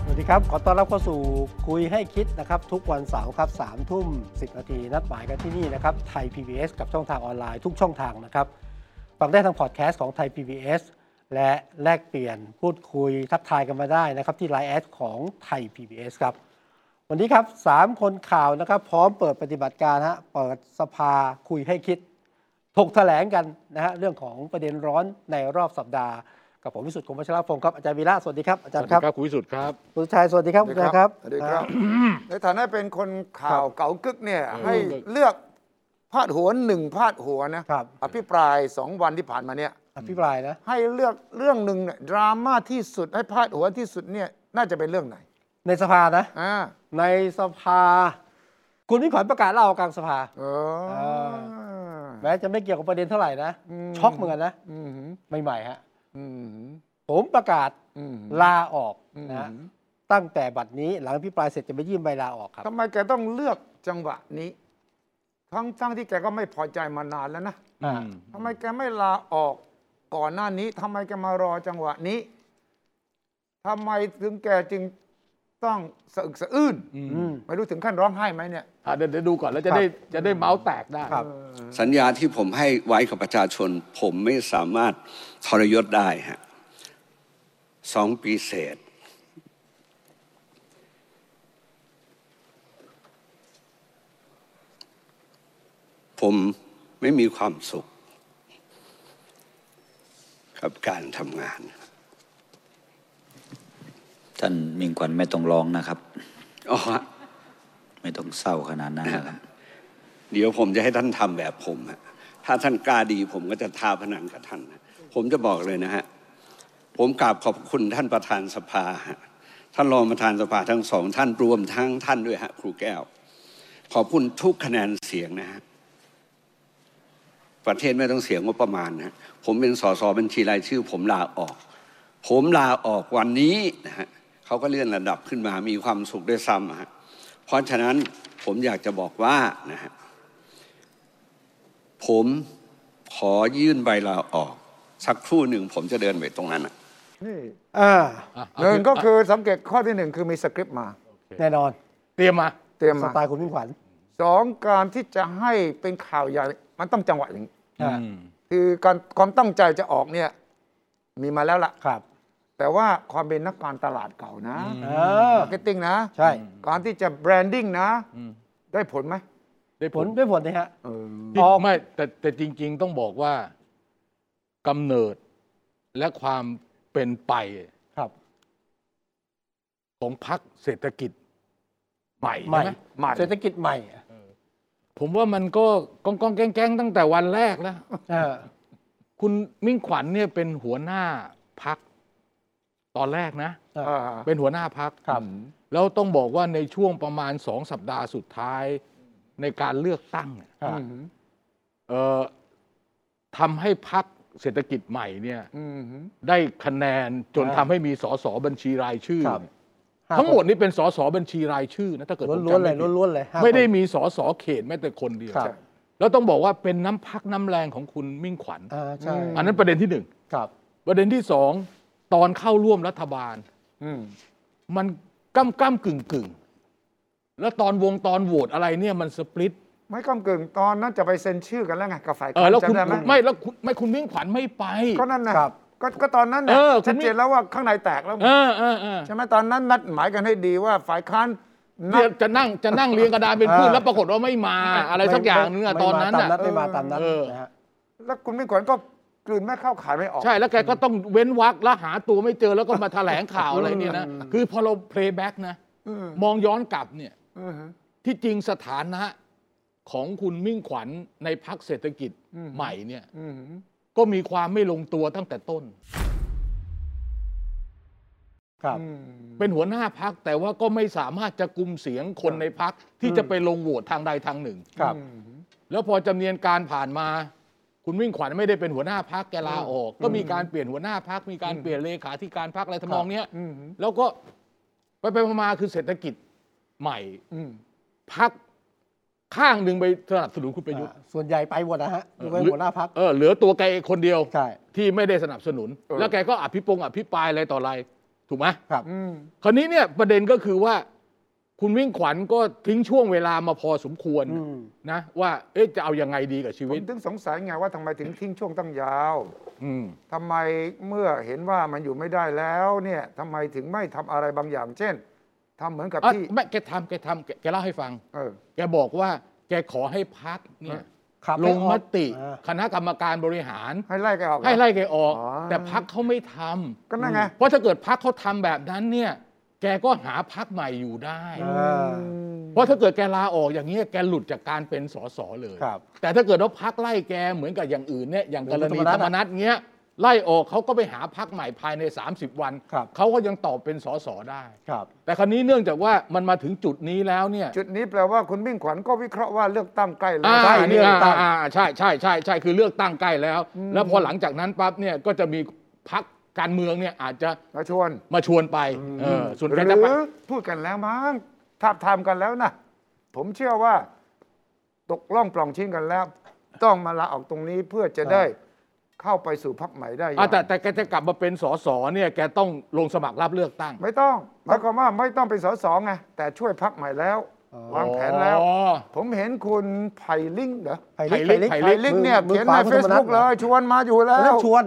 สวัสดีครับ ขอต้อนรับเข้าสู่คุยให้คิดนะครับ ทุกวันเสาร์ครับสามทุ่มสินาที นัดหมายกันที่นี่นะครับไทย PBS กับช่องทางออนไลน์ทุกช่องทางนะครับฟังได้ทางพอดแคสต์ของไทย PBS และแลกเปลี่ยนพูดคุยทักทายกันมาได้นะครับ ที่ไลน์แอดของไทย PBS ครับ วันนี้ครับสามคนข่าวนะครับ พร้อมเปิดปฏิบัติการฮะเปิดสภาคุยให้คิด ถกแถลงกันนะฮะเรื่องของประเด็นร้อนในรอบสัปดาห์ กับผมวิสุทธิ์คมวัชรพงศ์ครับอาจารย์วีระสวัสดีครับอาจารย์ครับ คุณวิสุทธ์ครับ คุณชัยสวัสดีครับคุณชัยครับ สวัสดีครับ ในฐานะเป็นคนข่าวเก๋ากึกเนี่ย เออ ให้เลือกพาดหัวหนึ่งพาดหัวนะครับ อภิปรายสองวันที่ผ่านมาเนี่ย อภิปรายนะ ให้เลือกเรื่องหนึ่งเนี่ยดราม่าที่สุดให้พาดหัวที่สุดเนี่ยน่าจะเป็นเรื่องไหน ในสภานะ อ่า ในสภา คุณมิ่งขวัญประกาศลาออกกลางสภา เอ เอ อ แม้จะไม่เกี่ยวกับประเด็นเท่าไหร่นะ อืม ช็อกเหมือนกันนะ อืม ใหม่ๆฮะ อืม ผมประกาศ อืม ลาออก อืม นะตั้งแต่บัดนี้หลังอภิปรายเสร็จจะไปยื่นใบลาออกครับ ทำไมแกต้องเลือกจังหวะนี้ ทั้งทั้งที่แกก็ไม่พอใจมานานแล้วนะ อ่า ทำไมแกไม่ลาออกก่อนหน้านี้ทำไมแกมารอจังหวะนี้ทำไมถึงแกจึงต้องสะอึกสะอื้น อืม ไม่รู้ถึงขั้นร้องไห้ไหมเนี่ย อ่ะเดี๋ยวเดี๋ยวดูก่อนแล้วจะ ครับ ได้จะได้เมาส์แตกได้ ครับ สัญญาที่ผมให้ไว้กับประชาชน ผมไม่สามารถทรยศได้ฮะสองปีเศษ ผมไม่มีความสุข กับการทำงาน ท่านมิ่งขวัญไม่ต้องร้องนะครับ อ๋อฮะ ไม่ต้องเศร้าขนาดนั้นนะครับ เดี๋ยวผมจะให้ท่านทำแบบผมฮะถ้าท่านกล้าดี ผมก็จะทาพนังกับท่านฮะผมจะบอกเลยนะฮะ ผมกราบขอบคุณท่านประธานสภาฮะท่านรองประธานสภาทั้งสองท่านรวมทั้งท่านด้วยฮะครูแก้ว ขอบคุณทุกคะแนนเสียงนะฮะ ประเทศไม่ต้องเสียงบประมาณนะฮะผมเป็นสสบัญชีรายชื่อ ผมลาออก ผมลาออกวันนี้นะฮะเขาก็เลื่อนระดับขึ้นมามีความสุขด้วยซ้ำอะฮะเพราะฉะนั้นผมอยากจะบอกว่านะฮะผมขอยื่นใบลาออก สักครู่หนึ่งผมจะเดินไปตรงนั้นนะ นี่ อ่า อ่ะ หนึ่งก็คือสังเกตข้อที่หนึ่งคือมีสคริปต์มา แน่นอน เตรียมมา เตรียม ส มา ไตล์คุณมิ่งขวัญ สองการที่จะให้เป็นข่าวใหญ่มันต้องจังหวะอย่างนี้ อ่า คือการความตั้งใจจะออกเนี่ย มีมาแล้วล่ะ ครับ แต่ว่าความเป็นนักการตลาดเก่านะ เออ มาร์เก็ตติ้งนะ ใช่ การที่จะแบรนดิ้งนะ ได้ผลไหม ได้ ผ ผ ล ล ด้วยผลนะฮะ เออ ที่ ออก ไม่แต่แต่จริง ๆ ต้องบอกว่ากำเนิดและความเป็นไป ครับ ของพักเศรษฐกิจใหม่ ใหม่ ใช่ไหม หมัด เศรษฐกิจใหม่ ผมว่ามันก็ก้องก้องๆแก้งๆตั้งแต่วันแรกแล้ว เออ คุณมิ่งขวัญเนี่ยเป็นหัวหน้าพักตอนแรกนะ เออ เป็นหัวหน้าพัก ครับ แล้วต้องบอกว่าในช่วงประมาณสองสัปดาห์สุดท้ายในการเลือกตั้งเนี่ย ครับ อืม เอ่อทำให้พักเศรษฐกิจใหม่เนี่ย อืม ได้คะแนนจน อ่า ทำให้มีสสบัญชีรายชื่อ ครับ เนี่ยทั้งหมดนี้เป็นสสบัญชีรายชื่อนะถ้าเกิดผม ล้วนๆจำเล ไม่ ย ผิด ล้วนๆเลยห้า ไม่ได้ คน มีสสเขตแม้แต่คนเดียว ครับ แล้วต้องบอกว่าเป็นน้ำพักน้ำแรงของคุณมิ่งขวัญ อ่าใช่ อันนั้นประเด็นที่หนึ่ง ครับ ประเด็นที่สองตอนเข้าร่วมรัฐบาล อืม มันก้ำก้ำกึ่งกึ่งแล้วตอนวงตอนโหวตอะไรเนี่ยมันสปลิต ไม่ก้ำกึ่งตอนนั้นจะไปเซ็นชื่อกันแล้วไงกับฝ่าย เออแล้วคุณ จำด้ห ไม่แล้วคุณไม่คุณมิ่งขวัญไม่ไป ก็นั่นนะครับ ก็ก็ตอนนั้นนะ เออคุ ชั ณ ด ไม่ เจนแล้วว่าข้างในแตกแล้ว เออเออเออ ใช่ไหมตอนนั้นนัดหมายกันให้ดีว่าฝ่ายค้านนั เดี๋ย ด วจะนั่งจะนั่งเรียงกระดานเป็นพืช อ่า แล้วปรากฏว่าไม่มา อะไรสักอย่างนึงอะ ไม่ ตอน มา นั้น ตาม อะ นัดไม่มาตามนัด เออ นะฮะ แล้วคุณมิ่งขวัญก็กลืนไม่เข้าขายไม่ออก ใช่แล้วแกก็ต้องเว้นวักแล้วหาตัวไม่เจอแล้วก็มาแถลงข่าวอะไรเนี่ยนะคือพอเราเพลย์แบ็กนะ อืม มองย้อนกลับเนี่ย อือฮึ ที่จริงสถานะของคุณมิ่งขวัญในพักเศรษฐกิจ อืม ใหม่เนี่ย อือฮึ ก็มีความไม่ลงตัวตั้งแต่ต้น ครับ อืม เป็นหัวหน้าพักแต่ว่าก็ไม่สามารถจะกุมเสียงคนในพักที่จะไปลงโหวตทางใดทางหนึ่ง ครับ อืม แล้วพอจำเนียนการผ่านมา คุณมิ่งขวัญไม่ได้เป็นหัวหน้าพักแกลาออก ก็มีการเปลี่ยนหัวหน้าพักมีการเปลี่ยนเลขาธิการพักอะไรทำนองเนี้ย อืม แล้วก็ไปไปๆมาๆคือเศรษฐกิจใหม่ อืม พักข้างหนึ่งไปสนับสนุนคุณประยุทธ์ อ่าส่วนใหญ่ไปหมดนะฮะยกเว้นหัวหน้าพัก เออเหลือตัวแกเองคนเดียว ใช่ ที่ไม่ได้สนับสนุน แล้วแกก็อภิปรงอภิปรายอะไรต่ออะไรถูกไหม ครับ อืม คราวนี้เนี่ยประเด็นก็คือว่า คุณวิ่งขวัญก็ทิ้งช่วงเวลามาพอสมควร อืม นะ ว่าเอ๊ะจะเอายังไงดีกับชี ผ วิต มถึงสงสัยไงว่าทำไมถึงทิ้งช่วงตั้งยาว อืม ทำไมเมื่อเห็นว่ามันอยู่ไม่ได้แล้วเนี่ยทำไมถึงไม่ทำอะไรบางอย่าง เช่นทำเหมือนกับ อ่ะ ที่ ไม่แกทำแกทำแกแกเล่าให้ฟัง เออ แกบอกว่า แกขอให้พักเนี่ย ครับ ลงมติ อ่า คณะกรรมการบริหาร ให้ไล่แกออกเรอ ให้ไล่แกออก อ๋อ แต่พักเขาไม่ทำ ก็นั่นไง เพราะถ้าเกิดพักเขาทำแบบนั้นเนี่ย แกก็หาพักใหม่อยู่ได้ อ่า เพราะถ้าเกิดแกลาออกอย่างนี้ยแกหลุดจากการเป็นสสเลย ครับ แต่ถ้าเกิดว่าพักไล่แกเหมือนกับอย่างอื่นเนี่ยอย่างกรณี เหมือน ธ คุ ร ณธรร รม มนั นั ส ตเงี้ยไล่ออกเขาก็ไปหาพักใหม่ภายใน 30 วัน ครับ เขาก็ยังตอบเป็นสสได้ ครับ แต่คราวนี้เนื่องจากว่ามันมาถึงจุดนี้แล้วเนี่ย จุดนี้แปลว่าคุณมิ่งขวัญก็วิเคราะห์ว่าเลือกตั้งใกล้แล้ว อ่า ใกล้ เนี่ย เลือกตั้ง อ่าอ่าใช่ใช่ใช่ใช่คือเลือกตั้งใกล้แล้ว แล้วพอหลังจากนั้นปั๊บเนี่ยก็จะมีพักการเมืองเนี่ยอาจจะ มาชวน มาชวนไปเออส่วน ห แก รื จะไป อพูดกันแล้วมั้งทาบทามกันแล้วนะผมเชื่อว่า ตกล่องปล่องชิ้นกันแล้ว ต้องมาลาออกตรงนี้เพื่อจะได้เข้าไปสู่พักใหม่ได้อย่า อ่ะ ง แต่แต่แกจะกลับมาเป็นสสเนี่ยแกต้องลงสมัครรับเลือกตั้ง ไม่ต้องหมายความว่าไม่ต้องเป็นสสไงแต่ช่วยพักใหม่แล้ว วางแผนแล้ว อ๋อ ผมเห็นคุณไผ่ลิงเหรอ ไผ่ลิก ไผ่ลิก ไผ่ ไผ่ลิงเนี่ย มือมือ เขียน ขวา ใน คุณธรรมนัส Facebook เลย ชวนมาอยู่แล้ เริ่ ว มชวน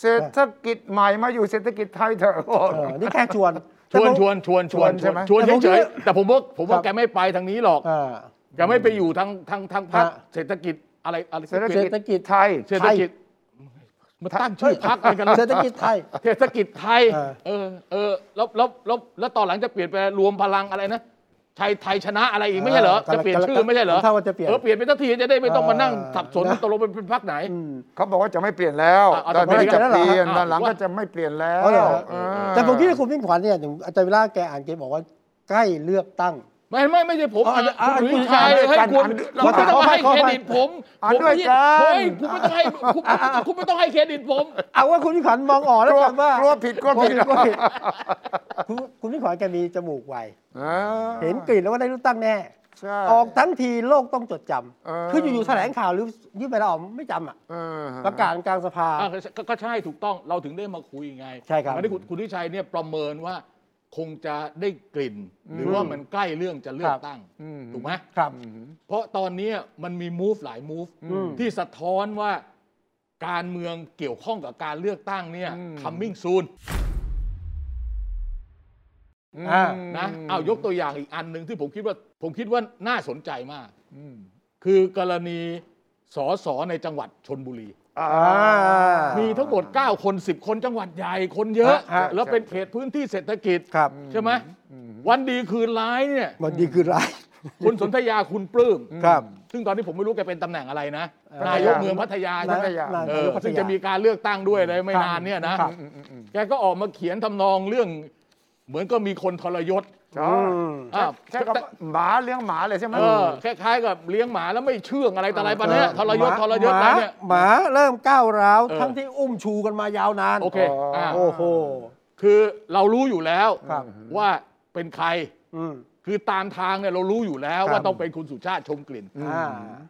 เศรษฐกิจใหม่มาอยู่เศรษฐกิจไทยเถอะโอ้ เออนี่แค่ชวน ชวนชวนชวนชวน แต่ผม ชวนชแต่ผวนม เฉย คิด ๆ ว่า แต่ผมว่าผมคว่ารับ แกไม่ไปทางนี้หรอก อ่า แกไม่ไปอยู่ทางทางทางพรรค ฮะ เศรษฐกิจอะไรอะไร เศรษฐกิจ เศรษฐกิจ ไทย เศรษฐกิจมาตั้งชื่อพรรคอะไรกัน เศรษฐกิจไทย เศรษฐกิจไทย เออ เออเออแล้วแล้วแล้วแล้วตอนหลังจะเปลี่ยนไปรวมพลังอะไรนะไทยไทยชนะอะไรอีกไม่ใช่เหรอจะเปลี่ยนชื่อไม่ใช่เหรอ ถ้าว่าจะเปลี่ยน เออเปลี่ยนไปสักทีจะได้ไม่ต้องมานั่ง เออ สับสน นะ ตกลงเป็นเป็นพรรคไหน อืม เขาบอกว่าจะไม่เปลี่ยนแล้ว อ่ะเอา ตอนนี้ ต่อไป จะ แล้ว เป เหรอ ลี่ยน อ่ะ หลังๆก็จะไม่เปลี่ยนแล้ เอาเหร ว อ เออ แต่ผมคิดว่าคุณมิ่งขวัญเนี่ยถึงอาจารย์วิลาแกอ่านเกมบอกว่าใกล้เลือกตั้ง ไม่ไม่ไม่ใช่ผม อ๋ออ่ะ คุณวิ อ่ะ ชัย อ่ะ ให้คุณ อ่ะ คุณไม่ต้อง ขออภั ให้ ย เครดิต ขออภัย ผม อ่ะ ผมไม่เฮ้ยคุณด้วยกันไม่ต้องให้คุณคุณไม่ต้องให้เครดิตผม เอาว่าคุณมิ่งขวัญมองออก ก แล้ว ลัว กันว่าก ลัวผิดกลัวผิด กลัวผิดคุณคุณมิ่งขวัญแกมีจมูกไว เออ เห็นกลิ่นแล้วว่าได้เลือกตั้งแน่ ใช่ ออกทั้งทีโลกต้องจดจำ เออ คืออยู่ๆแถลงข่าวหรือยื่นไปแล้วออกไม่จำอ่ะ เออ ประกาศกลางสภา อ่ะก็ก็ก็ใช่ถูกต้องเราถึงได้มาคุยไง ใช่ครับ วันนี้คุณคุณทิชัยเนี่ยประเมินว่าคงจะได้กลิ่น หรือว่ามันใกล้เรื่องจะเลือกตั้ง อืม ถูกไหม ครับ เพราะตอนเนี้ยมันมีมูฟหลายมูฟ อืม ที่สะท้อนว่าการเมืองเกี่ยวข้องกับการเลือกตั้งเนี่ยคัมมิ่งซูน อ่า ม นะเอายกตัวอย่างอีกอันหนึ่งที่ผมคิดว่าผมคิดว่าน่าสนใจมาก คือกรณีสอสอในจังหวัดชนบุรี อ่า มีทั้งหมด 9 คน 10 คนจังหวัดใหญ่คนเยอะ ฮะฮะ แล้วเป็นเขตพื้นที่เศรษฐกิจ ครับ ใช่ไหมวันดีคืนร้ายเนี่ย มันดีคือไร คุณสนธยาคุณปลื้ม ครับ ซึ่งตอนนี้ผมไม่รู้แกเป็นตำแหน่งอะไรนะ เออ นายกเมืองพัทยาใช่ไหม พัทยา เออซึ่ง พัทยา จะมีการเลือกตั้งด้วยเลยไม่ ครับ นานเนี่ยนะ ครับ แกก็ออกมาเขียนทำนองเรื่อง เหมือนก็มีคนทรยศ จ้า อืม อ่ะ ใช่คำว่าหมาเลี้ยงหมาเลยใช่ไหม เออคล้ายๆกับเลี้ยงหมาแล้วไม่เชื่องอะไรต่ออะไรปะเนี่ย เออ ทรยศทรยศ ห อะไร มา เนี่ย หมาเริ่มก้าวร้าว เออ ทั้งที่อุ้มชูกันมายาวนาน โอเคอ่ะ โอ้โห คือเรารู้อยู่แล้ว ครับ ว่าเป็นใคร อืม คือตามทางเนี่ยเรารู้อยู่แล้ว ครับ ว่าต้องเป็นคุณสุชาติชมกลิ่น อ่า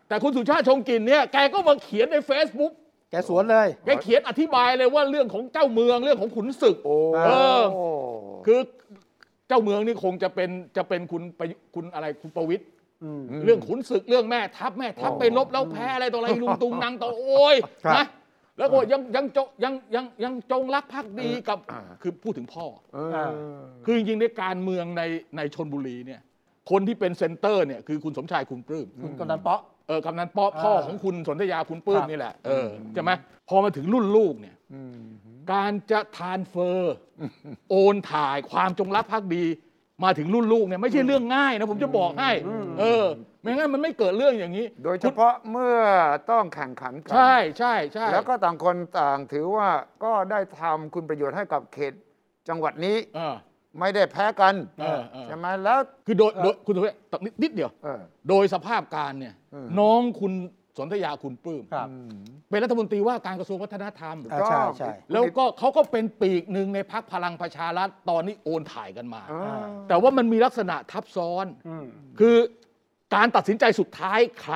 แต่คุณสุชาติชมกลิ่นเนี่ยแกก็มาเขียนใน Facebook แกสวนเลย แกเขียนอธิบายเลยว่าเรื่องของเจ้าเมืองเรื่องของขุนศึก โอ้ เออ คือเจ้าเมืองนี่คงจะเป็นจะเป็นคุณประยุคุณอะไรคุณประวิตย์ อืม เรื่องขุนศึกเรื่องแม่ทัพแม่ทัพไปลบแล้วแพ้อะไรต่ออะไรลุงตุงนางต่อโอ้ย ครับ นะแล้วก็ยังยังจงยังยังยังจงรักภักดีกับคือพูดถึงพ่อ เออ อ่า คือจริงๆในการเมืองในในชนบุรีเนี่ยคนที่เป็นเซนเตอร์เนี่ยคือคุณสมชายคุณปลื้ม คุณกำนันเปาะ เออกำนันป้อพ่อของคุณสนธยาคุณปลื้ม ครับ นี่แหละเออใช่ไหมพอมาถึงรุ่นลูกเนี่ยการจะทานเฟอร์โอนถ่ายความจงรักภักดี มาถึงรุ่นลูกเนี่ยไม่ใช่เรื่องง่ายนะผมจะบอกให้ เออไม่งั้นมันไม่เกิดเรื่องอย่างนี้ โดยเฉพาะเมื่อต้องแข่งขันกั ใช่ใช่ใช่ แล้วก็ต่างคนต่างถือว่าก็ได้ทำคุณประโยชน์ให้กับเขต จังหวัดนี้ เออ ไม่ได้แพ้กัน เออเออ ใช่ไหมแล้ว คือโดยโดยคุณสุเวชตัดนิดนิดเดียว เออ โดยสภาพการเนี่ย เออ น้องคุณสนธยาคุณปลื้ม ครับ เป็นรัฐมนตรีว่าการกระทรวงวัฒนธรรม อ่าใช่ใช่ แล้วก็เขาก็เป็นปีกหนึ่งในพักพลังประชารัฐตอนนี้โอนถ่ายกันมา อ่า แต่ว่ามันมีลักษณะทับซ้อน อืม คือการตัดสินใจสุดท้ายใคร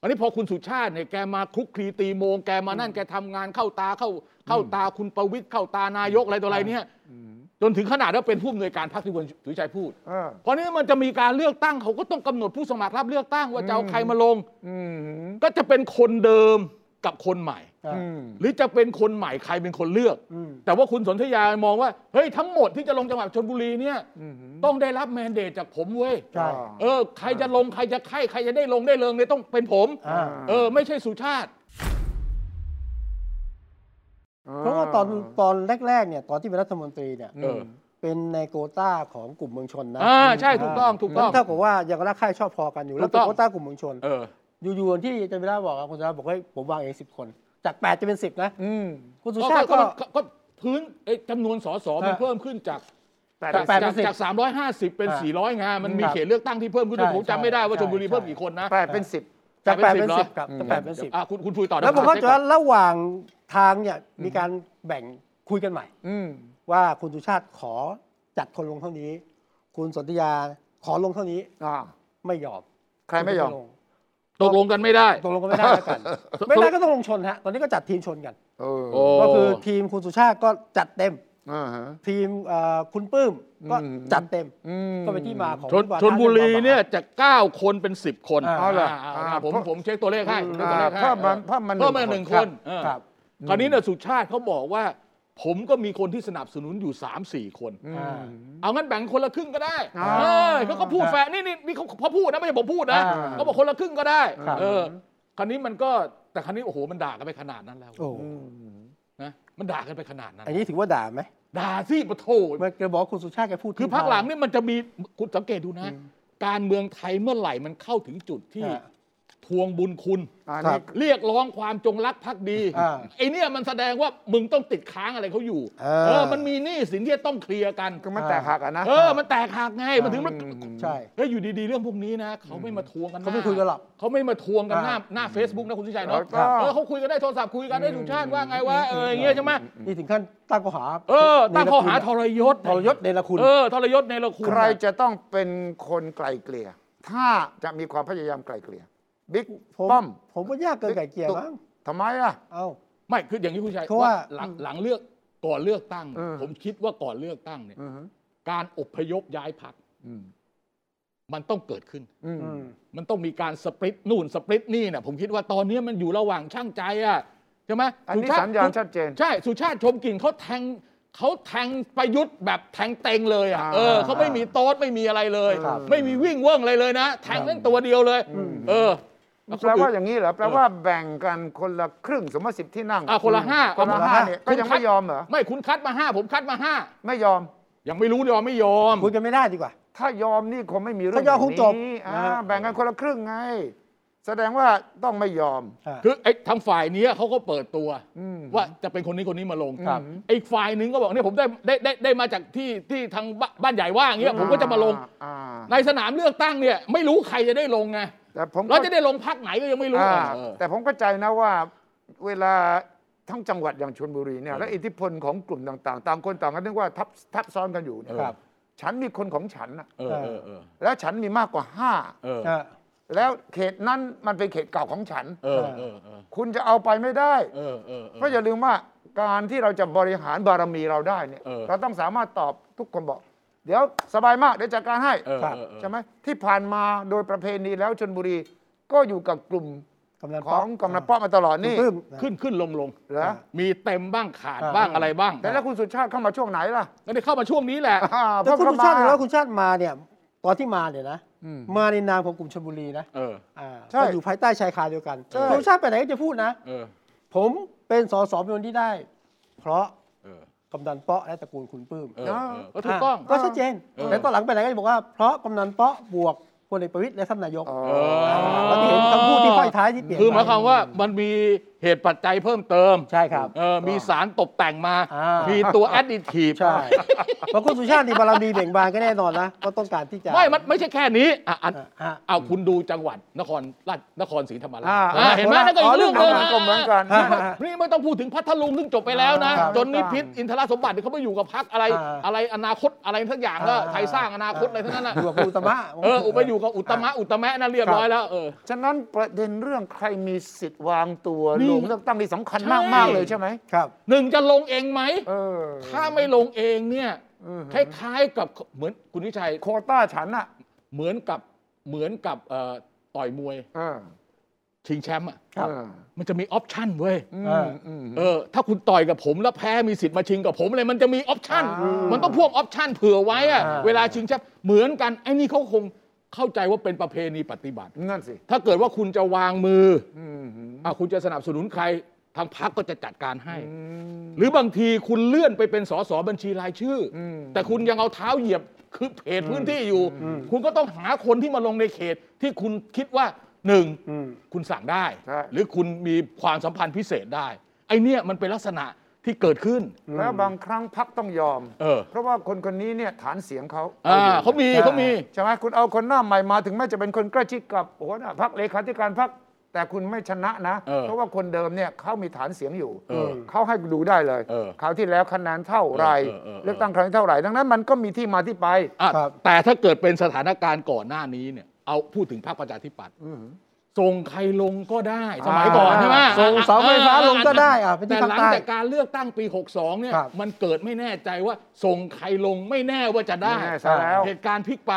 อันนี้พอคุณสุชาติเนี่ยแกมาคลุกคลีตีโมง แกมานั่นแกทำงานเข้าตาเข้าเข้าตาคุณประวิทย์เข้าตานายกอะไรต่ออะไรเนี่ยจนถึงขนาดว่าเป็นผู้อำนวยการพรรคที่คุณสุชัยพูด เออ เพราะนี้มันจะมีการเลือกตั้งเขาก็ต้องกำหนดผู้สมัครรับเลือกตั้งว่าจะเอาใครมาลง อืม ก็จะเป็นคนเดิมกับคนใหม่ อืม หรือจะเป็นคนใหม่ใครเป็นคนเลือก อืม แต่ว่าคุณสนธยามองว่าเฮ้ยทั้งหมดที่จะลงจังหวัดชนบุรีเนี่ย อือหือ ต้องได้รับแมนเดตจากผมเว้ย ใช่ เออใครจะลงใครจะใครใครจะได้ลงได้เลงเนี่ยต้องเป็นผม อ่า เออไม่ใช่สุชาติ เพราะว่าตอนตอนแรกๆเนี่ยตอนที่เป็นรัฐมนตรีเนี่ย เออ เป็นในโกต้าของกลุ่มเมืองชนนะ อ่าใช่ถูกต้องถูกต้อง มันเท่ากับว่ายังรักใคร่ชอบพอกันอยู่แล้ว ถูกเป็นต้อง โกต้ากลุ่มเมืองชน เออ อยู่ๆวันที่อาจารย์วิระบอกอะคุณสุชาติบอกให้ผมวางเองสิบคน จากแปดจะเป็นสิบนะ อืม คุณสุชาติก็ ก็ก็พื้นเอ้ยจำนวนสสมันเพิ่มขึ้นจาก แปด จาก แปด จากจาก 350 เป็น อ่า 400ไงานมันมี ครับ เขตเลือกตั้งที่เพิ่มขึ้น ใช่ ด้วยผมจำไม่ได้ว่า ใช่ ชลบุรีเพิ่ม ใช่ กี่คนนะ แปดเป็นสิบ จากแปดเป็น หรอ สิบครับจากแปดเป็นสิบ อ่ะคุณคุณพูดต่อนะ แล้วผมก็ ช็ค จะ ก่อน ระหว่างทางเนี่ยมีการแบ่งคุยกันใหม่ อืม ว่าคุณสุชาติขอจัดคนลงเท่านี้ คุณสนธยาขอลงเท่านี้ อ่า ไม่ยอม ใครไม่ยอม ลง ตกลงกันไม่ได้ ตกลงกันไม่ได้ แล้วกัน ไม่ได้ก็ต้องลงชนฮะตอนนี้ก็จัดทีมชนกัน เออ โอ้ ก็คือทีมคุณสุชาติก็จัดเต็ม อ่าฮะ ทีมเอ่อคุณปื้มก็ อืม จัดเต็ม อืม ก็เป็นที่มาของ ชน วิวาทะ ชนบุรีเนี่ย อง จาก 9 คนเป็น 10 คน อ่า เอาเหรอ อ่า อ่า อ่าผม เพราะ ผมเช็คตัวเลขให้ อืม ผมเช็คตัวเลขให้ อ่าเพิ่มมาเพิ่มมาหนึ่ง เพิ่มมาหนึ่ง ค คน นเออ ครับ คราวนี้เนี่ยสุชาติเขาบอกว่า ผมก็มีคนที่สนับสนุนอยู่ 3-4 คน อืม เอางั้นแบ่งคนละครึ่งก็ได้ อ่า เออเขาก็พูดแฟนนี่นี่นี่เขาเขาพูดนะไม่ใช่ผมพูดนะ อ่า เขาบอกคนละครึ่งก็ได้ ครับ เออคราวนี้มันก็แต่คราวนี้โอ้โหมันด่ากันไปขนาดนั้นแล้ว โอ้ นะมันด่ากันไปขนาดนั้น อันนี้ถือว่าด่าไหม ด่าสิปะโถ มันจะบอกว่าคุณสุชาติแกพูด คือ ทิ้ พัก ท้าย หลังนี่มันจะมีคุณสังเกตดูนะ การเมืองไทยเมื่อไหร่มันเข้าถึงจุดที่ ฮะ ทวงบุญคุณ อัน ครั นี้ บ เรียกร้องความจงรักภักดี อ่า ไอเนี่ยมันแสดงว่ามึงต้องติดค้างอะไรเขาอยู่ เออ เออมันมีหนี้สินที่จะต้องเคลียร์กัน ก็มันแตกหักอะนะ เออ มันแตกหักไงมันถึงมัน ใช่ เฮ้ยอยู่ดีๆ เรื่องพวกนี้นะเขาไม่มาทวงกัน เขาไม่คุยกันหรอก เขาไม่มาทวงกันหน้า อ่า หน้า Facebook นะคุณสุชัยเนาะ ครับ เออเขาคุยกันได้โทรศัพท์คุยกันได้สุชาติว่าไงว่าเอออย่างเงี้ยใช่ไหม นี่ถึงขั้นตั้งข้อหา เออตั้งข้อหาทรยศ ทรยศในละคุณ เออทรยศในละคุณ ใครจะต้องเป็นคนไกลเกลี่ย ถ้าจะมีความพยายามไกลเกลี่ย บิ๊ก ผม ป้อม ผมว่ายากเกินไก่เกลียร์มั้ง ทำไมอ่ะ เอ้า ไม่คืออย่างนี้คุณชัย เพราะว่า หลังหลังเลือกก่อนเลือกตั้ง เออ ผมคิดว่าก่อนเลือกตั้งเนี่ย อือฮึ การอพยพย้ายพัก อืม มันต้องเกิดขึ้น อืม มันต้องมีการสปริตนู่นสปริตนี่เนี่ยผมคิดว่าตอนนี้มันอยู่ระหว่างช่างใจอ่ะใช่ไหม อันนี้สัญญาณชัดเจน ใช่สุชาติชมกลิ่นเขาแทงเขาแทงประยุทธ์แบบแทงเต็งเลยอ่ะ อ่า เออเขาไม่มีโต๊ดไม่มีอะไรเลย ครับ ไม่มีวิ่งเว่งอะไรเลยนะ แทงนั่นตัวเดียวเลย เออ แปลว่าอย่างนี้เหรอ แปลว่าแบ่งกันคนละครึ่ง สมมติสิบที่นั่ง อ่ะคนละห้า คนคละนละ ห้า ห้า เนี่ยก็ยังไม่ยอมเหรอ ไม่คุณคัดมาห้าผมคัดมาห้า ไม่ยอม ยังไม่รู้ยอมไม่ยอม คุยกันไม่ได้ดีกว่า ถ้ายอมนี่คงไม่มีเรื่อง ถ้ายอม แ คงจบ นี้อ่า นะฮะ แบ่งกันคนละครึ่งไง แสดงว่าต้องไม่ยอม อ่า คือไอ้ทางฝ่ายเนี้ยเขาก็เปิดตัว อืม ว่าจะเป็นคนนี้คนนี้มาลง ครับ ไอ้ฝ่ายหนึ่งก็บอกเนี่ยผมได้ได้ได้ได้มาจากที่ที่ทางบ้านบ้านใหญ่ว่าอย่างเงี้ยผมก็จะมาลง อ่า ในสนามเลือกตั้งเนี่ยไม่รู้ใครจะได้ลงไง แต่ผม แล้ว ก็ จะได้ลงพักไหนก็ยังไม่รู้ อ่า เออ แต่ผมเข้าใจนะว่าเวลาทั้งจังหวัดอย่างชลบุรีเนี่ย เออ และอิทธิพลของกลุ่มต่างๆ ต่างคนต่างกันนึกว่าทับทับซ้อนกันอยู่เนี่ย ครับ ฉันมีคนของฉันนะ เออเออเออ แล้วฉันมีมากกว่า เออ อ่า 5 แล้วเขตนั้นมันเป็นเขตเก่าของฉัน เออเออเออ คุณจะเอาไปไม่ได้ เออเออเออ เพราะอย่าลืมว่าการที่เราจะบริหารบารมีเราได้เนี่ย เออ เราต้องสามารถตอบทุกคนบอก เดี๋ยวสบายมากเดี๋ยวจัดการให้ เออ ครับ เออเออ ใช่ไหมที่ผ่านมาโดยประเพณีแล้วชนบุรีก็อยู่กับกลุ่ม กำนัน ข ป๊ อ อง กำนันป้อมมาตลอดนี่ คุณปลื้มะ ขึ้นขึ้นลงลง เหรอ มีเต็มบ้างขาด อ่า บ้างอะไรบ้าง แต่แล้วคุณสุชาติเข้ามาช่วงไหนล่ะ ก็ได้เข้ามาช่วงนี้แหละ อ่า แล้วคุณสุเพิ่งเข้ ชาติ ม แล้วคุณชาติมาเนี่ยตอนที่มาเนี่ยนะ อืม มาในนามของกลุ่มชลบุรีนะ เออ อ่า ใช่ ก็อยู่ภายใต้ชายคาเดียวกัน ใช่ คุณสุชาติไปไหนก็จะพูดนะ เออ ผมเป็นสสเป็นคนที่ได้ เพราะ เออก ำนันเปาะและตระกูลคุณปื้ม เออเออก็ถูกต้อง าก็ชัดเจน เออ แต่ตอนหลังไปไหนก็จะบอกว่าเพราะกำนันเปาะบวกพลเอกประวิตยและท่านนายก อ๋อ เออ เราจะเห็นคำพูดที่ค่อยท้ายที่เปลี่ยน คือหมาย ไป ความว่ามันมี เหตุปัจจัยเพิ่มเติม ใช่ครับ เออมีสารตกแต่งมา อ่ามี มีตัวแอดดิทีฟ ใช่เพราะคุณสุชาตินี่บารมีเบ่งบานก็แน่นอนนะก็ต้องการที่จะ ไม่มันไม่ใช่แค่นี้อ่ะอัน อ่ะฮะ เอาคุณดูจังหวัดนครราชนครศรีธรรมราช อ่า อ่าเห็นไหม โคราช นั่นก็อี อ๋ ก อ เรื่องหนึง เรื่องนั้นก็เหมือนกัน อ่านี่ไม่ต้องพูดถึงพัทลุงซึ่งจบไปแล้วนะ ครับ จนนิพิษอินทรสมบัติเนี่ยเขาไปอยู่กับพักอะไร อ่า อะไรอนาคตอะไรทั้งอย่างแล้ว อ่า ไทยสร้างอนาคตอะไรทั้งนั้นน่ะ อยู่กับอุตมะ เอออุไปอยู่กับอุตมะอุตมะนั่นเรียบร้อยแล้วเออ ฉะนั้นประเด็นเรื่องใครมีสิทธิ์วางตัว นี่ ลงเลือกตั้งนี่สำคัญ ใช่ มากมากๆเลยใช่ไหม ครับ หนึ่งจะลงเองไหม เออ ถ้าไม่ลงเองเนี่ย อือฮึ คล้ายๆกับเหมือนคุณวิชัย โควต้าฉันอ่ะ เหมือนกับเหมือนกับเอ่อต่อยมวย เออ ชิงแชมป์อ่ะ ครับ เออ มันจะมีออปชั่นเว้ย อืมอืม เออถ้าคุณต่อยกับผมแล้วแพ้มีสิทธิ์มาชิงกับผมเลยมันจะมีออปชัน อ่ามั มันต้องพ่วงออปชันเผื่อไว้อะ อ่า เวลาชิงแชมป์เหมือนกัน ไอ้นี่เขาคงเข้าใจว่าเป็นประเพณีปฏิบัติ นั่นสิ ถ้าเกิดว่าคุณจะวางมือ อืม อ่ะคุณจะสนับสนุนใครทางพรรคก็จะจัดการให้ อืม หรือบางทีคุณเลื่อนไปเป็นสสบัญชีรายชื่ออ ม แต่คุณยังเอาเท้าเหยียบคือเขตพื้นที่อยู่ คุณก็ต้องหาคนที่มาลงในเขตที่คุณคิดว่าหนึ่ง อืม คุณสั่งได้ ใช่ หรือคุณมีความสัมพันธ์พิเศษได้ ไอเนี่ยมันเป็นลักษณะที่เกิดขึ้น แล้วบางครั้งพักต้องยอม เออ เพราะว่าคนคนนี้เนี่ยฐานเสียงเขา อ่าเขามี ใช่ เขามี ใช่ไหมคุณเอาคนหน้าใหม่มาถึงแม้จะเป็นคนใกล้ชิดกับหัวหน้าพักเลขาธิการพักแต่คุณไม่ชนะนะ เออ เพราะว่าคนเดิมเนี่ยเขามีฐานเสียงอยู่ เออ เขาให้ดูได้เลย เออ คราวที่แล้วคะแนนเท่าไหร เออเออเออ เลือกตั้งครั้งที่เท่าไหร่ดังนั้นมันก็มีที่มาที่ไป อ่ะ ครับ แต่ถ้าเกิดเป็นสถานการณ์ก่อนหน้านี้เนี่ย เอาพูดถึงพรรคประชาธิปัตย์ส่งใครลงก็ได้ สมัยก่อน อ่า ใช่ไหม ส่งเสาไฟฟ้าลงก็ได้อ่ะไปที่ แต่ ภาค หลัง ใต้ จากการเลือกตั้งปี 62 เนี่ย ครับ มันเกิดไม่แน่ใจว่าส่งใครลงไม่แน่ว่าจะได้ ไม่แน่ซะแล้ว เหตุการณ์พลิกไป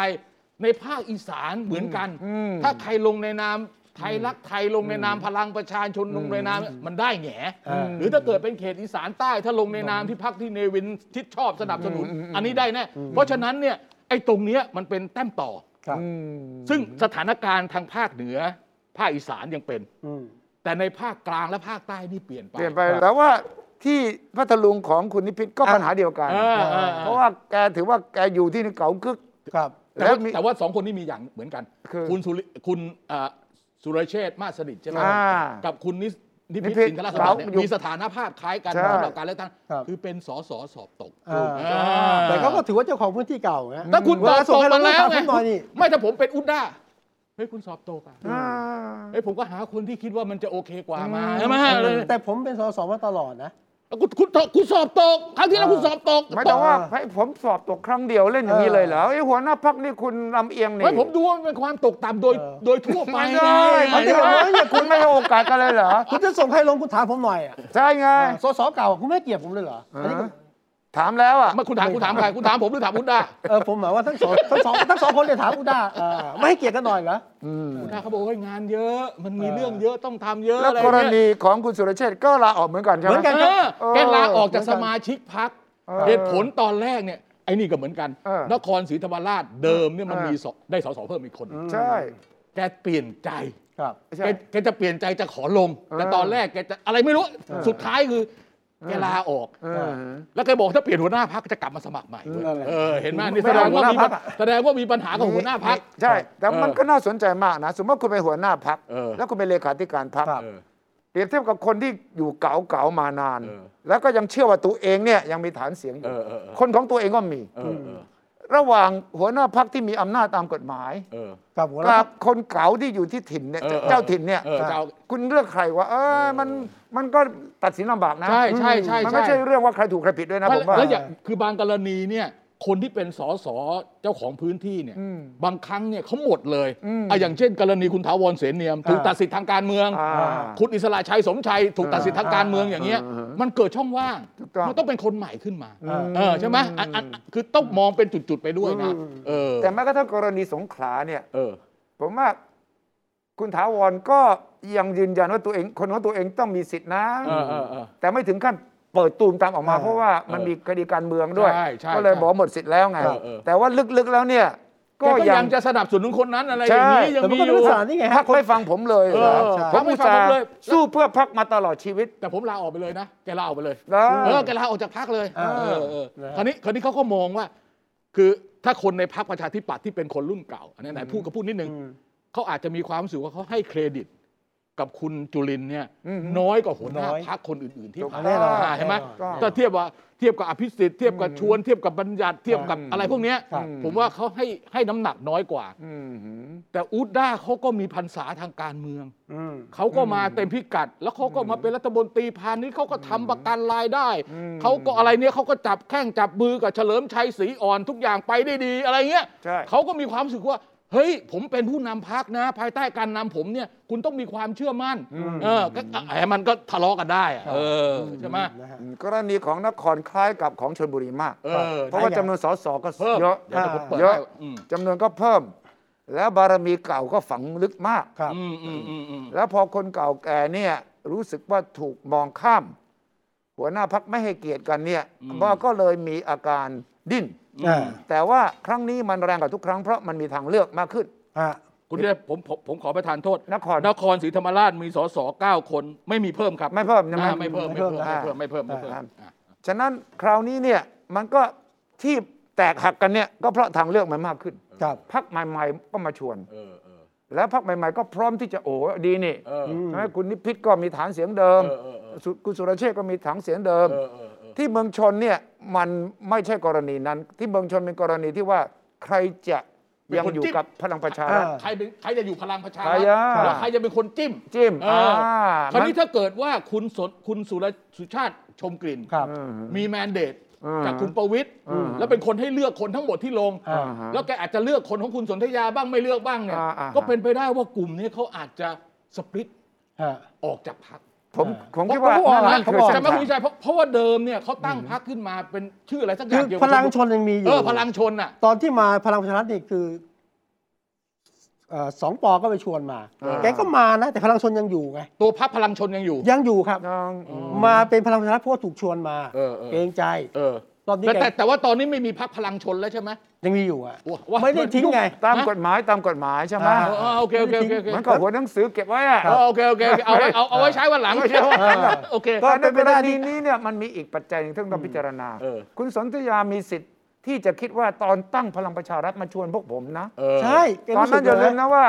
ในภาคอีสานเหมือนกัน ม ถ้าใครลงในนามไทยรักไทยลงในนามพลังประชาชนลงในนามมันได้แหง่ อืม หรือถ้าเกิดเป็นเขตอีสานใต้ ถ้าลงในนามที่พักที่เนวินทิศชอบสนับสนุน อันนี้ได้แน่เพราะฉะนั้นเนี่ยไอ้ตรงเนี้ยมันเป็นแต้มต่อ ครับ อืม ซึ่งสถานการณ์ทางภาคเหนือ ภาคอีสานยังเป็น อืม แต่ในภาคกลางและภาคใต้นี่เปลี่ยนไป เปลี่ยนไปแล้วว่าที่พัทลุงของคุณนิพิษก็ปัญหาเดียวกัน เออเออ เพราะว่าแกถือว่าแกอยู่ที่เก่าคึก ครับ แต่ว่าแต่ว่าสองคนนี่มีอย่างเหมือนกัน คือ ณสุริคุณเอ่อสุรเชษฐ์มาสนิทใช่ไหม อ่า กับคุณนิสนิพิษ นิพิษ สินทรสมบัติเนี่ย เขาอยู่ มีสถานภาพคล้ายกัน ใช่ สำหรับการเลือกตั้ง ครับ คือเป็นสสสอบตก อ่า อ่า แต่เขาก็ถือว่าเจ้าของพื้นที่เก่านะ ถ้าคุณ เว สอ ลาส่งให้บตกเรา มาแล้ ถาว ม ไง ผมหน่อยนี่ ไม่ถ้าผมเป็นอุด้าเฮ้ยคุณสอบตกอ่ะ อ่า เฮ้ยผมก็หาคนที่คิดว่ามันจะโอเคกว่ามา อืม ใช่ไหมเลย แต่ผมเป็นสสมาตลอดนะ คุณคุณคุณสอบตกครั้งที่แล้วคุณสอบตก ไม่แต่ว่า เออ ให้ผมสอบตกครั้งเดียวเล่นอย่างนี้เลยเหรอไอ้หัวหน้าพักนี่คุณลำเอียงนี่ ไม่ผมดูว่ามันเป็นความตกต่ำโดย เออ โดยทั่วไป ไม่ได้ ไง ไม่ ด้ ได้เนี่ยคุณไม่ให้โอกาสกันเลยเหรอ คุณจะส่งใครลงคุณถามผมหน่อยอ่ะ ใช่ไง สสเก่าคุณไม่เกลียดผมเลยเหรออันนี้ก็ ถามแล้วอ่ะ ไม่คุณถามคุณถามใครคุณถามผมหรือถามอุด้า เออผมหมายว่าทั้งสองทั้งสองทั้งสองคนเลยถามอุด้าเออไม่ให้เกลียดกันหน่อยเหรอ อุด้าเขาบอกว่างานเยอะมันมี เออ เรื่องเยอะต้องทำเยอะ แล้ว อะไรอก ร ย่างเงี้ย ณีของคุณสุรเชษฐ์ก็ลาออกเหมือนกันใช่ไห เห ม มือนกัน เออ เออ แกลาออกจาก เหมือนกัน สมาชิกพัก เออ เหตุผลตอนแรกเนี่ยไอ้นี่ก็เหมือนกัน เออน ครศรีธรรมราชเดิมเนี่ยมัน เออ มีสอได้สสเพิ่มอีกคน ใช่ แกเปลี่ยนใจ ครับ ใช่ แกแกจะเปลี่ยนใจจะขอลง เออ แต่ตอนแรกแกจะอะไรไม่รู้สุดท้ายคือแกลาออก เออ แล้วแกบอกถ้าเปลี่ยนหัวหน้าพักจะกลับมาสมัครใหม่เว้ย นั่นแหละ เออเห็นไหม ไม่ นี่แสดงว่ามี หัวหน้าพรรคอะ แสดงว่ามีปัญหากับหัวหน้าพัก ใช่ แต่มัน เออ ก็น่าสนใจมากนะ สมมติว่าคุณเป็นหัวหน้าพัก เออ แล้วคุณเป็นเลขาธิการพัก ครับ เปรียบเทียบกับคนที่อยู่เก่าๆมานาน เออ แล้วก็ยังเชื่อว่าตัวเองเนี่ยยังมีฐานเสียงอ เอยู่ อเออเออ คนของตัวเองก็มี เออเออ ระหว่างหัวหน้าพักที่มีอำนาจตามกฎหมาย เออ กับหัว กั เราะ บคนเก่าที่อยู่ที่ถิ่นเนี่ย เออเออ เจ้าถิ่นเนี่ย เออจะเอา คุณเลือกใครวะเออมันมันก็ตัดสินลำบากนะ ใช่ใช่ใช่ มันไม่ ใช่ ใช่เรื่องว่าใครถูกใครผิดด้วยนะผมว่า แล้วอย่างคือบางกรณีเนี่ยคนที่เป็นสสเจ้าของพื้นที่เนี่ย อืม บางครั้งเนี่ยเขาหมดเลย อืม อ่ะอย่างเช่น กรณีคุณถาวรเสนเนียม ถูก อ่า ตัดสิทธิ์ทางการเมือง อ่า คุณอิสระชัยสมชัย ถูกตัดสิทธิ์ทางการเมืองอย่างเงี้ย อ่า มันเกิดช่องว่าง ถูกต้อง มันต้องเป็นคนใหม่ขึ้นมา เออ เออใช่ไหมอันอันคือต้องมองเป็นจุดๆไปด้วยนะเออ แต่แม้กระทั่งกรณีสงขลาเนี่ย เออ ผมว่าคุณถาวรก็ยังยืนยันว่าตัวเอง คนของตัวเองต้องมีสิทธินะ เออเออเออ แต่ไม่ถึงขั้นเปิดตูมตามออกมา เออ เพราะว่ามัน เออ มีคดีการเมืองด้วย ใช่ใช่ ก็เลยบอกว่าหมดสิทธิ์แล้วไง เออเออ แต่ว่าลึกๆแล้วเนี่ย แกก็ยังจะสนับสนุนคนนั้นอะไรอย่างนี้ ใช่ ยัง แต่มัน มี ก็ อ เป็น ยู่ ลักษณะนี่ไง พั ฮะ ก คน ไม่ฟังผมเลยเหรอ เออ ผมอุตส่าห์ ไม่ฟังผมเลย สู้เพื่อพักมาตลอดชีวิต แต่ผมลาออกไปเลยนะแกลาออกไปเลย แล้ว เออแกลาออกจากพักเลย เออ เออเออ นะฮะ คราวนี้คราวนี้เขาก็มองว่า คือถ้าคนในพักประชาธิปัตย์ที่เป็นคนรุ่นเก่าอันนี้ไหนพูดก็พูดนิดนึงเขาอาจจะมีความรู้สึกว่าเขาให้เครดิต กับคุณจุลินเนี่ย อืม น้อยกว่าหัวหน้า น้อย พรรคคนอื่น ๆ ที่ผ่าน แน่นอน มาเห็นไหม แน่นอน ถ้าเทียบว่าเทียบกับอภิสิทธิ์เทียบกับชวนเทียบกับบัญญัติเทียบกับ อืม อะไรพวกเนี้ย ครับ ผมว่าเขาให้ให้น้ำหนักน้อยกว่า อืมหือ แต่อูดด้าเขาก็มีพรรษาทางการเมือง อืม เขาก็มาเต็มพิกัด แล้วเขาก็มาเป็นรัฐมนตรีพาณิชย์เขาก็ทำประกันรายได้ อืม เขาก็อะไรเนี่ยเขาก็จับแข้งจับมือกับเฉลิมชัยศรีอ่อนทุกอย่างไปได้ดีอะไรเงี้ย ใช่ เขาก็มีความรู้สึกว่า เฮ้ย ผมเป็นผู้นำพักนะ ภายใต้การนำผมเนี่ย คุณต้องมีความเชื่อมั่น เออก็แหมมันก็ทะเลาะกันได้อะเออใช่ไหม นะฮะ กรณีของนครคล้ายกับของชนบุรีมาก เออ เพราะว่าจำนวนสสก็ เพิ่ม เยอะ เดี๋ยวผมเปิด เยอะ ให้อืม จำนวนก็เพิ่ม แล้วบารมีเก่าก็ฝังลึกมาก ครับ อืมอืมอืมอืม แล้วพอคนเก่าแก่เนี่ยรู้สึกว่าถูกมองข้าม หัวหน้าพักไม่ให้เกียรติกันเนี่ยว่าก็เลยมีอาการดิ้น อ่า แต่ว่าครั้งนี้มันแรงกว่าทุกครั้งเพราะมันมีทางเลือกมากขึ้น ฮะ คุณเดชผมผมผมขอประทานโทษ นคร นครศรีธรรมราชมีสสเก้าคนไม่มีเพิ่มครับ ไม่เพิ่มนะ อ่าไม่เพิ่มไม่เพิ่ม อ่า ไม่เพิ่มไม่เพิ่มไม่เพิ่ม อ่า อ่า ฉะนั้นคราวนี้เนี่ยมันก็ที่แตกหักกันเนี่ยก็เพราะทางเลือกมันมากขึ้น ครับ พักใหม่ๆก็มาชวน เออเออ แล้วพักใหม่ ๆ ก็พร้อมที่จะโอ้ดีนี่ เออ ใช่ไหมคุณนิพิษก็มีฐานเสียงเดิม เออเออเออ สุคุณสุรเชษฐ์ก็มีฐานเสียงเดิม เออเออเออ ที่เมืองชนเนี่ยมันไม่ใช่กรณีนั้น ที่เมืองชนเป็นกรณีที่ว่าใครจะยังอยู่กับพลังประชารัฐ อ่า ใครเป็นใครจะอยู่พลังประชา ใค รั ร ฐ อ่ะ แล้วใครจะเป็นคนจิ้ม จิ้ม เอออา คราวนี้ มัน ถ้าเกิดว่าคุณสนคุณสุรสุชาติชมกลิ่น ครับ มีแมนเดต อืม จากคุณประวิตย์ อืม แล้วเป็นคนให้เลือกคนทั้งหมดที่ลง อ่า ฮะ แล้วแกอาจจะเลือกคนของคุณสนธยาบ้างไม่เลือกบ้างเนี่ย อ่าอ่า ก็เป็นไปได้ว่ากลุ่มเนี้เขาอาจจะสปริต ฮะ ออกจากพรรค ผมผม เพ คิด ราะ ว่า ว่า ออก นั่ นะ น เขา คือ บอก เส้ ใช่ น ไหม ทาง คุณวิชัยเพราะเพราะว่าเดิมเนี่ยเขาตั้งพรรคขึ้นมาเป็นชื่ออะไรสักอ คื ย่า อง เกี่ยว พ กับ ลังชนยังมีอ เอยู่ อพลังชนอ่ะ ตอนที่มาพลังประชารัฐนี่คือเอ่อสองปอก็ไปชวนมา อ่า แกก็มานะ แต่พลังชนยังอยู่ไง ตัวพรรคพลังชนยังอยู่ ยังอยู่ครับ น้อง มาเป็นพลังประชารัฐเพราะว่าถูกชวนมา เออเออ รงใจ เออ รอบนี้ แต่ แก แต่แต่ว่าตอนนี้ไม่มีพรรคพลังชนแล้วใช่ไหม ยังมีอยู่อ่ะ โอ้ว่า ไม่ได้ทิ้งไง ตาม ฮะ กฎหมายตามกฎหมายใช่ไหม อ่า เออโอเคโอเคโอเคโอเค เหมันก็หัวหนังสือเก็บไว้อะ เออโอเคโอเคโอเคเอาไว้เอาเอาไว้ใช้วันหลัง ไม่ใช่ว่า โอเค ก็ในกรณีนี้เนี่ยมันมีอีกปัจจัยหนึ่งที่ต้องพิจารณา เออ คุณสนธยามีสิทธิ์ที่จะคิดว่าตอนตั้งพลังประชารัฐมาชวนพวกผมนะ เออ ใช่แก ตอน รู้สึ นั้ ก นอย่าลืม เลย นะว่า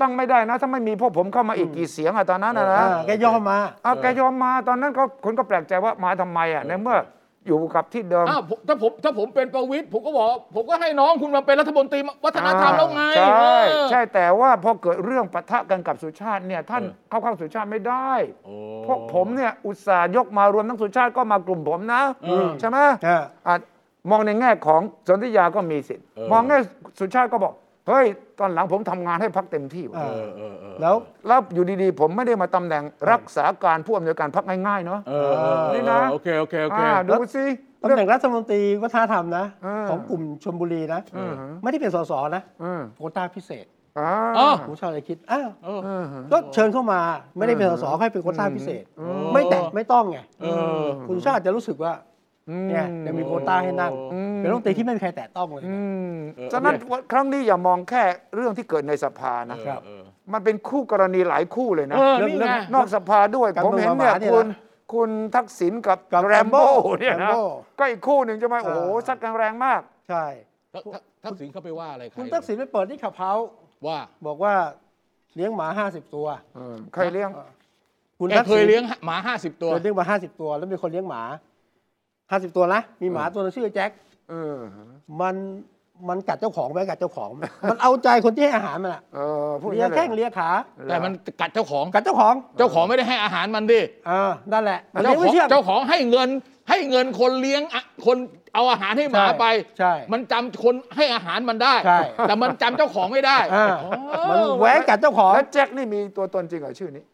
ตั้งไม่ได้นะถ้าไม่มีพวกผมเข้ามาอีกกี่เสียงอะตอนนั้นอะนะ อ่าแกยอมมา เอาแกยอมมาตอนนั้นก็คนก็แปลกใจว่ามาทำไมอะในเมื่ออยู่กับที่เดิม อ้าวผมถ้าผมถ้าผมเป็นประวิตยผมก็บอกผมก็ให้น้องคุณมาเป็นรัฐมนตรีวัฒนธรรมแล้วไง ใช่ เออ ใช่แต่ว่าพอเกิดเรื่องปะทะกันกับสุชาติเนี่ยท่าน เออ เข้าข้างสุชาติไม่ได้ โอ้ พวกผมเนี่ยอุตส่าห์ยกมารวมทั้งสุชาติก็มากลุ่มผมนะ อืม ใช่ไหม เออ อ่ะมองในแง่ของสนธิยาก็มีสิทธิ์ เออ มองแง่สุชาติก็บอกเฮ้ยตอนหลังผมทำงานให้พักเต็มที่ว่ะ เอ เอ อ อเออเออ แล้ว แล้วอยู่ดีๆ ผมไม่ได้มาตำแหน่งรักษาการผู้อำนวยการพักง่ายๆเนาะ เออเออ นี่นะ โอเคโอเคโอเค อ่าดูสิ ตำ เรื่ แห อง น่งรัฐมนตรีวัฒนธรรมนะ อ่า ของกลุ่มชลบุรีนะ อืม ไม่ได้เป็นสสนะ อืม โควต้าพิเศษ อ่า อ๋อ ผมชอบอะไรคิดอ้าว เออ อืม ก็เชิญเข้ามาไม่ได้เป็นสสให้เป็นโควต้าพิเศษ อืม ไม่แต่ไม่ต้องไง เออ คุณชาติจะรู้สึกว่าเนี่ยจะมีโควต้าให้นั่ง อืม เป็นรัฐมนตรีที่ไม่มีใครแตะต้องเลย อืม เออ ฉะนั้น โอเค ครั้งนี้อย่ามองแค่เรื่องที่เกิดในสภานะ ครับ เออ มันเป็นคู่กรณีหลายคู่เลยนะ เออ เรื่อง นี่ไง เรื่องนอกสภาด้วย การ ผมเห็นเนี่ย เมืองหมาคุณเนี่ยนะ คุณทักษิณกับ กับ แรมโบ้ Rambo เนี่ยนะ Rambo ก็อีกคู่หนึ่งใช่ไหมโอ้โห อ่า ซัดกันแรงมาก ใช่ ทักทักทักษิณเข้าไปว่าอะไรใร คุณทักษิณไปเปิดที่ขับเฮาส์ ว่า บอกว่าเลี้ยงหมา 50 ตัว ใครเลี้ยง คุณ แก ทัก เค ษิ ย ณ เลี้ยงหมาห้าสิบตัว เคยเลี้ยงมา 50 ตัว แล้วมีคนเลี้ยงหมา 50 ตัวนะ มีหมาตัวนึงชื่อแจ็ค เออ มันมันกัดเจ้าของไหมกัดเจ้าของไหมมันเอาใจคนที่ให้อาหารมันอะ เออพูดอ เลีย ย่า แข้ง นี้เลย เลียขา แต่มันกัดเจ้าของ กัดเจ้าของ เจ้าของไม่ได้ให้อาหารมันดิ อ่านั่นแหละมัน เจ้า เลี้ยงไม่ของ เชื่อง เจ้าของให้เงินให้เงินคนเลี้ยงอะคนเอาอาหารให้หมา ใช่ ไป ใช่ มันจำคนให้อาหารมันได้ ใช่ แต่มันจำเจ้าของไม่ได้ อ่ามันแหวกกัดเจ้าของ แล้วแจ็คนี่มีตัวตนจริงเหรอชื่อนี้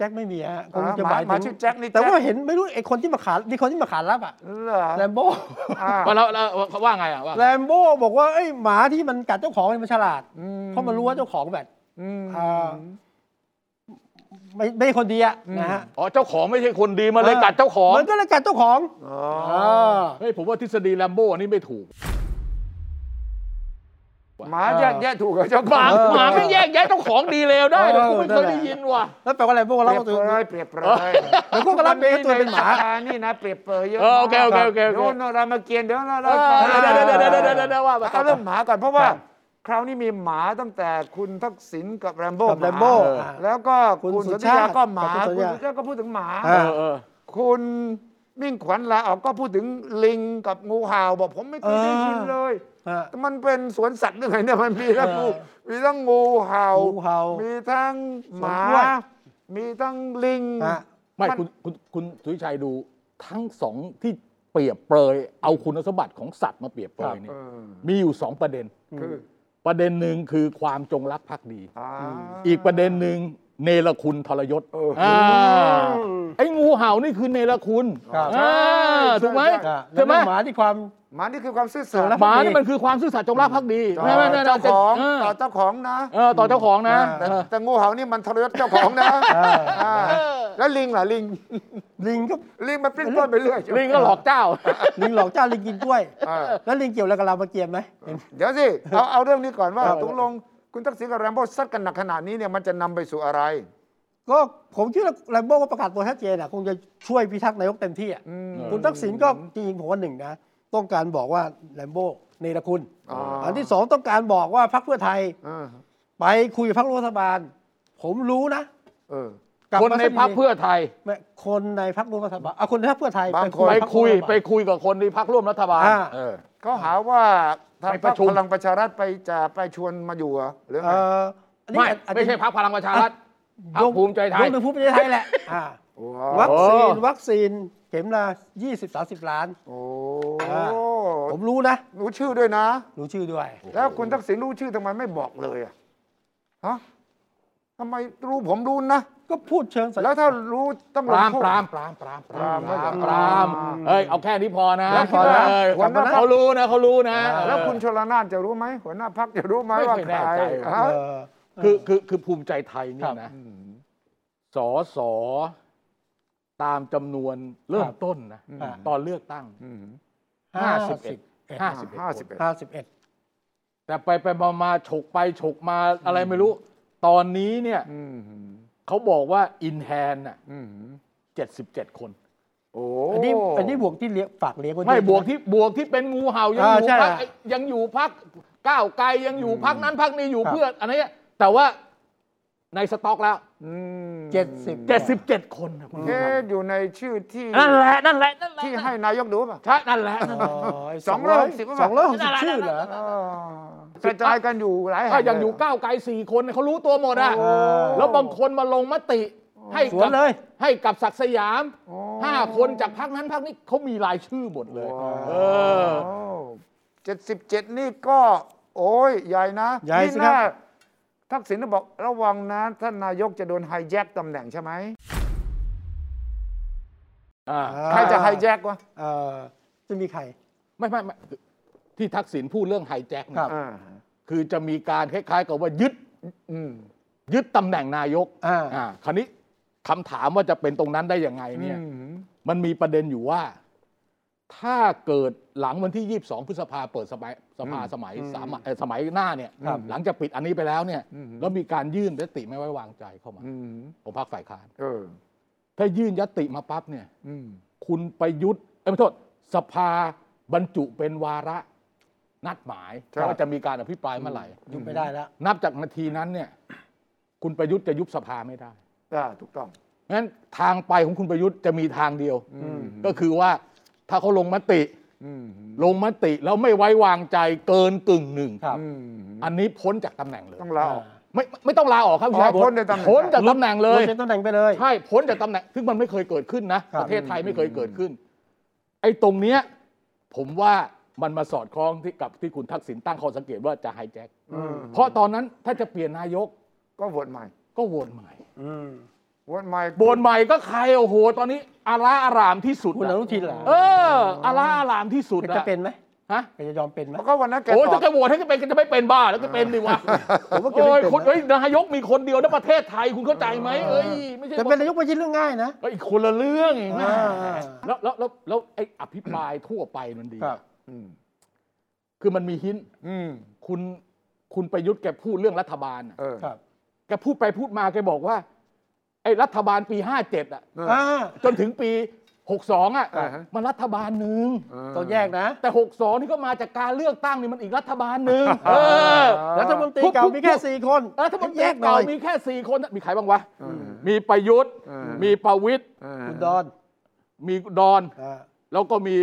แจ็คไม่มีฮะคง อ่า จะ หมามหาย หมาชื่ ถึ อง แจ็คนี่ แต่ว่า แจ็ค เห็นไม่รู้ไอ้คนที่มาขานมีคนที่มาขานรับอะ เหรอ แลมโบ้ อ่า ว่าแล้วแล้วเขาว่าไงอ่ะว่า แลมโบ้บอกว่าไอ้หมาที่มันกัดเจ้าของเนี่ยมันฉลาด เพราะมันรู้ว่าเจ้าของแบบ อืม อ่า ไม่ไม่ใช่คนดีอะนะฮะ อ๋อเจ้าของไม่ใช่คนดีมาเลยกัดเจ้าของ มันก็เลยกัดเจ้าของ อ๋อ า เฮ้ยผมว่าทฤษฎีแลมโบ้อันนี่ไม่ถูก หมาแยกแยะถูกกับเจ้าข ห อ มาง หมาไม่แยกแยะเจ้าของดีเลวได้ เออ แต่กูไม่เคยได้ยินว่ะ แล้วแปลว่าอะไรพวก เป เรา รียบ ตัว เปรยเปรียบเปรย แล้วพวกก็รับเองว่าตัวเป็นหมา ใสภนี่นะเปรียบเปรยเยอะ เออโอเคโอเคโอเคโอเค โน่นโนนรามเกียรติ์เดี๋ยวเรา เอ เรา อเดี๋ยวเดี๋ยวเดี๋ยวเดี๋ยวเดี๋ยวว่าไป เอาเรื่องหมาก่อนเพราะว่า ครับ คราวนี้มีหมาตั้งแต่คุณทักษิณกับแรมโบ้ กับ หา Rambo อ่า แล้วก็ คุณ คุณ สุ สุ ชา ชา ติ ติก็หมา กับคุ คุณ ณ สุชาติสุชาติก็พูดถึงหมา อ่า เออเออ คุณมิ่งขวัญลาออกก็พูดถึงลิงกับงูเห่าบอกผมไม่เคยได้ยินเลย ฮะ มันเป็นสวนสัตว์ยังไงเนี่ยมันมีทั้งงูมีทั้งงูเห่า งูเห่ามี มีทั้งหมา สวนกล้วย มีทั้งลิง ฮะ ไม่ มัน คุณคุณคุณสุวิชัยดูทั้งสองที่เปรียบเปรยเอาคุณสมบัติของสัตว์มาเปรียบเปรยเนี่ เอย อ มีอยู่สองประเด็น คือ ประเด็นหนึ่งคือความจงรักภักดี อ่า อีกประเด็นหนึ่งเนรคุณทรยศ เอออ่ าไอ้งูเห่านี่คือเนรคุณ ครับ อ่า ใช่ใช่ ถูกไหม ใช่ อ่ะแล้ ใช่ ว ไหม เรื่องหมาที่ความ หมานี่คือความซื่อสัตเอย์อแล้ว หมานี่มันคือความซื่อสัตย์จงรักภักดี ต่อ ไม่ไม่ไม่ เจ้า จะ ของ เออ ต่อเจ้าของนะ เออต่อเจ้าของนะ แต่แต่งูเห่านี่มันทรยศเจ้าของนะ เออ าแล้วลิงล่ะลิง ลิงก็ ลิงมันปลิ้นปล้นไปเรื่อยใช่ไหม ลิงก็หลอกเจ้า ลิงหลอกเจ้าลิงกินกล้วย อ่า แล้วลิงเกี่ยวอะไรกับรามเกียรติไหมเห็น เดี๋ยวสิ เอาเอาเรื่องนี้ก่อนว่า ครับ ตกลงคุณทักษิณกับแรมโบ้ซัดกันหนักขนาดนี้เนี่ยมันจะนำไปสู่อะไร ก็ผมคิดว่าแรมโบ้ก็ประกาศตัวชัดเจนอ่ะคงจะช่วยพิทักษ์นายกเต็มที่อ่ะ อืม คุณทักษิณก็จริงๆผมว่าหนึ่งนะต้องการบอกว่าแรมโบ้เนรคุณ อ๋ออั นที่สองต้องการบอกว่าพรรคเพื่อไทย อ่า ไปคุยกับพรรครัฐบาล ผมรู้นะ เออ กลับ คนมาในสักที พักเพื่อไทย ไม่คนในพรรครัฐบาลเอาคนในพรรคเพื่อไทย บาง ไป พรร คุย รัฐบาล ไปคุยกับคนในพักร่วมรัฐบาล อ่า เออ เขาหาว่าทาง ไป พ ป รร ระ ค ชุม พลังประชารัฐไปจะไปชวนมาอยู่เหรอหรือไง เอ่ออันนี้ ไม่ อาจจะ ไม่ใช่พักพลังประชารัฐพักภูมิใจไท ย ย กถึงภูมิใจไทยแหละอ่า โอ้โห วัคซีนวัคซีนเข็มละ20 30 ล้าน โอ้ อ่า ผมรู้นะ รู้ชื่อด้วยนะ รู้ชื่อด้วย แล้วคุณทักษิณรู้ชื่อทำไมไม่บอกเลยอะฮะทำไมรู้ผมรู้นะ ก็พูดเชิงสัญ แล้ ลักษวณ์ ถ้ารู้ต้อง ป ลง ราม โทษ ปรามปรามปรามปราม ปราม ปรามเอ้ย เอาแค่นี้พอนะ แล้วพอนะ เย หัวหน้า เขารู้นะเขารู้นะ แล้วคุณ เอ ชลนานจะรู้ไหมหัวหน้าพักจะรู้ไหม ไม่ ว่า เคย ใค แน่ ร ใจ ฮะ เออ อคือคือคือภูมิใจไทยเนี่ยนะสอสอตามจำนวนเริ่ ค ม รับ ต้นนะ อ่า ตอนเลือกตั้ง ห้าสิบ 51 51 ห้าสิบเอ็ด ห้าสิบเอ็ด แต่ไปไปมามาฉกไปฉกมาอะไรไม่รู้ ตอนนี้เนี่ย อืม เขาบอกว่าอินแฮนน่ะ อืม 77 คน โอ้ อันนี้อันนี้บวกที่เลี้ยงฝากเลี้ยงไว้ ไม่ ด้วย บวกที่บวกที่เป็นงูเห่ายัง อ่า อยู่ ใช่ พัก ฮะ ยังอยู่พักก้าวไกลยังอยู่พักนั้นพักนี้อยู่ ครับ เพื่ออันนี้แต่ว่าในสต็อกแล้ว อืม เจ็ดสิบ 77 คนนะคุณ เอ๊ะอยู่ในชื่อที่ นั่นแหละนั่นแหละนั่นแหละ ที่ให้นายกดูป่ะ ใช่นั่นแหละนั่นแหละ สองร้อยหกสิบ สองร้อยหกสิบชื่อเหรอ เออกระจายกันอยู่หลายแห่ง ถ้ายังอยู่ เล ก้าวไกลสี่คนเนี่ยเขารู้ตัวหมดอะ โอ้ แล้วบางคนมาลงมติ ให้ สว กัน เลย ให้กับศักดิ์สยาม โอ้ ห้าคนจากพักนั้นพักนี้เขามีรายชื่อหมดเลย เออ เจ็ดสิบเจ็ดนี่ก็ โอ้ยใหญ่นะ ใหญ่สิ นี่ ครับ น่าทักษิณบอกระวังนะท่านนายกจะโดนไฮแจ็คตำแหน่งใช่ไหม อ่า ใครจะไฮแจ็ควะ เออจะมีใคร ไม่ไม่ไม่ที่ทักษิณพูดเรื่องไฮแจ็คเนี่ย ครับ อ่า คือจะมีการคล้ายๆกับว่ายึด อืม ยึดตำแหน่งนายก อ่า อ่าคราวนี้คำถามว่าจะเป็นตรงนั้นได้ยังไงเนี่ย มันมีประเด็นอยู่ว่า ถ้าเกิดหลังวันที่ 22 พฤษภาเปิดสมัยสภาสมัยสามเอ่อสมัยหน้าเนี่ย ครับ หลังจากปิดอันนี้ไปแล้วเนี่ย แล้วมีการยื่นยติไม่ไว้วางใจเข้ามา อืม ของพรรคฝ่ายค้าน เออ ถ้ายื่นยติมาปั๊บเนี่ย อืม คุณประยุทธ์เอ้ยไม่โทษสภาบรรจุเป็นวาระ นัดหมายว่าจะมีการอภิปรายเมื่อไหร่ ยุบไม่ได้แล้ว นับจากนาทีนั้นเนี่ย คุณประยุทธ์จะยุบสภาไม่ได้ อ่าถูกต้อง งั้นทางไปของคุณประยุทธ์จะมีทางเดียว อืม ก็คือว่าถ้าเขาลงมติ อืม ลงมติแล้วไม่ไว้วางใจเกินกึ่งหนึ่ง ครับ อืม อันนี้พ้นจากตำแหน่งเลย ต้องลาออก ไม่ไม่ไม่ต้องลาออกครับ อ๋อ พี่ชัย พ้นจากตำแหน่ง พ้นจากตำแหน่งเล ลด ย เป็นตำแหน่งไปเลย ใช่พ้นจากตำแหน่งซึ่งมันไม่เคยเกิดขึ้นนะ ครับ ประเทศไทยไม่เคยเกิดขึ้น ไอ้ตรงเนี้ยผมว่ามันมาสอดคล้องที่กับที่คุณทักษิณตั้งข้อสังเกตว่าจะไฮแจ็ค อืม เพราะตอนนั้นถ้าจะเปลี่ยนนายก ก็โหวตใหม่ ก็โหวตใหม่ อืม โหวตใหม่ โบนใหม่ก็ใครโอ้โห ตอนนี้อาราอารามที่สุด คุณอ อะ นุทินเหรอ เอออาราอารามที่สุด แก อะ จะเป็นไหม ฮะ แกจะยอมเป็นไหม เพราะก็วันนั้นแก โอ้ย ต ถ้า อบ แกโหวตให้แกเป็นแกจะไม่เป็นบ้าแล้วก็เป็นดิวะ ผมว่าแกไม่เป็นนะ โอ้ยคนเอ้ยนายกมีคนเดียวนะประเทศไทยคุณเข้าใจไหมเอ้ยไม่ใช่ จะเป็นนายกไม่ใช่เรื่องง่ายนะ เอ้ยคนละเรื่องเองนะ อ่า แล้วแล้วแล้วแล้วไอ้อภิปรายทั่วไปมันดีอะ อืม คือมันมีหินต์ อืม คุณคุณประยุทธ์แกพูดเรื่องรัฐบาลอะ เออ ครับ แกพูดไปพูดมาแกบอกว่า ไอ้รัฐบาลปี 57อ่ะ เออ อ่า จนถึงปี 62อ่ะ อ่าฮะ มันรัฐบาลหนึ่ง ต้องแยกนะ แต่62นี่ก็มาจากการเลือกตั้งนี่มันอีกรัฐบาลหนึ่งเออ รัฐมนตรี ทุก เก่ามีแค่ ทุก สี่คน เออถ้ามันแยก หน่ เก่า อย มีแค่สี่คนมีใครบ้างวะ มีประยุทธ์ อืม มีประวิทย์ คุณดอน มีดอน อ่า แล้วก็มี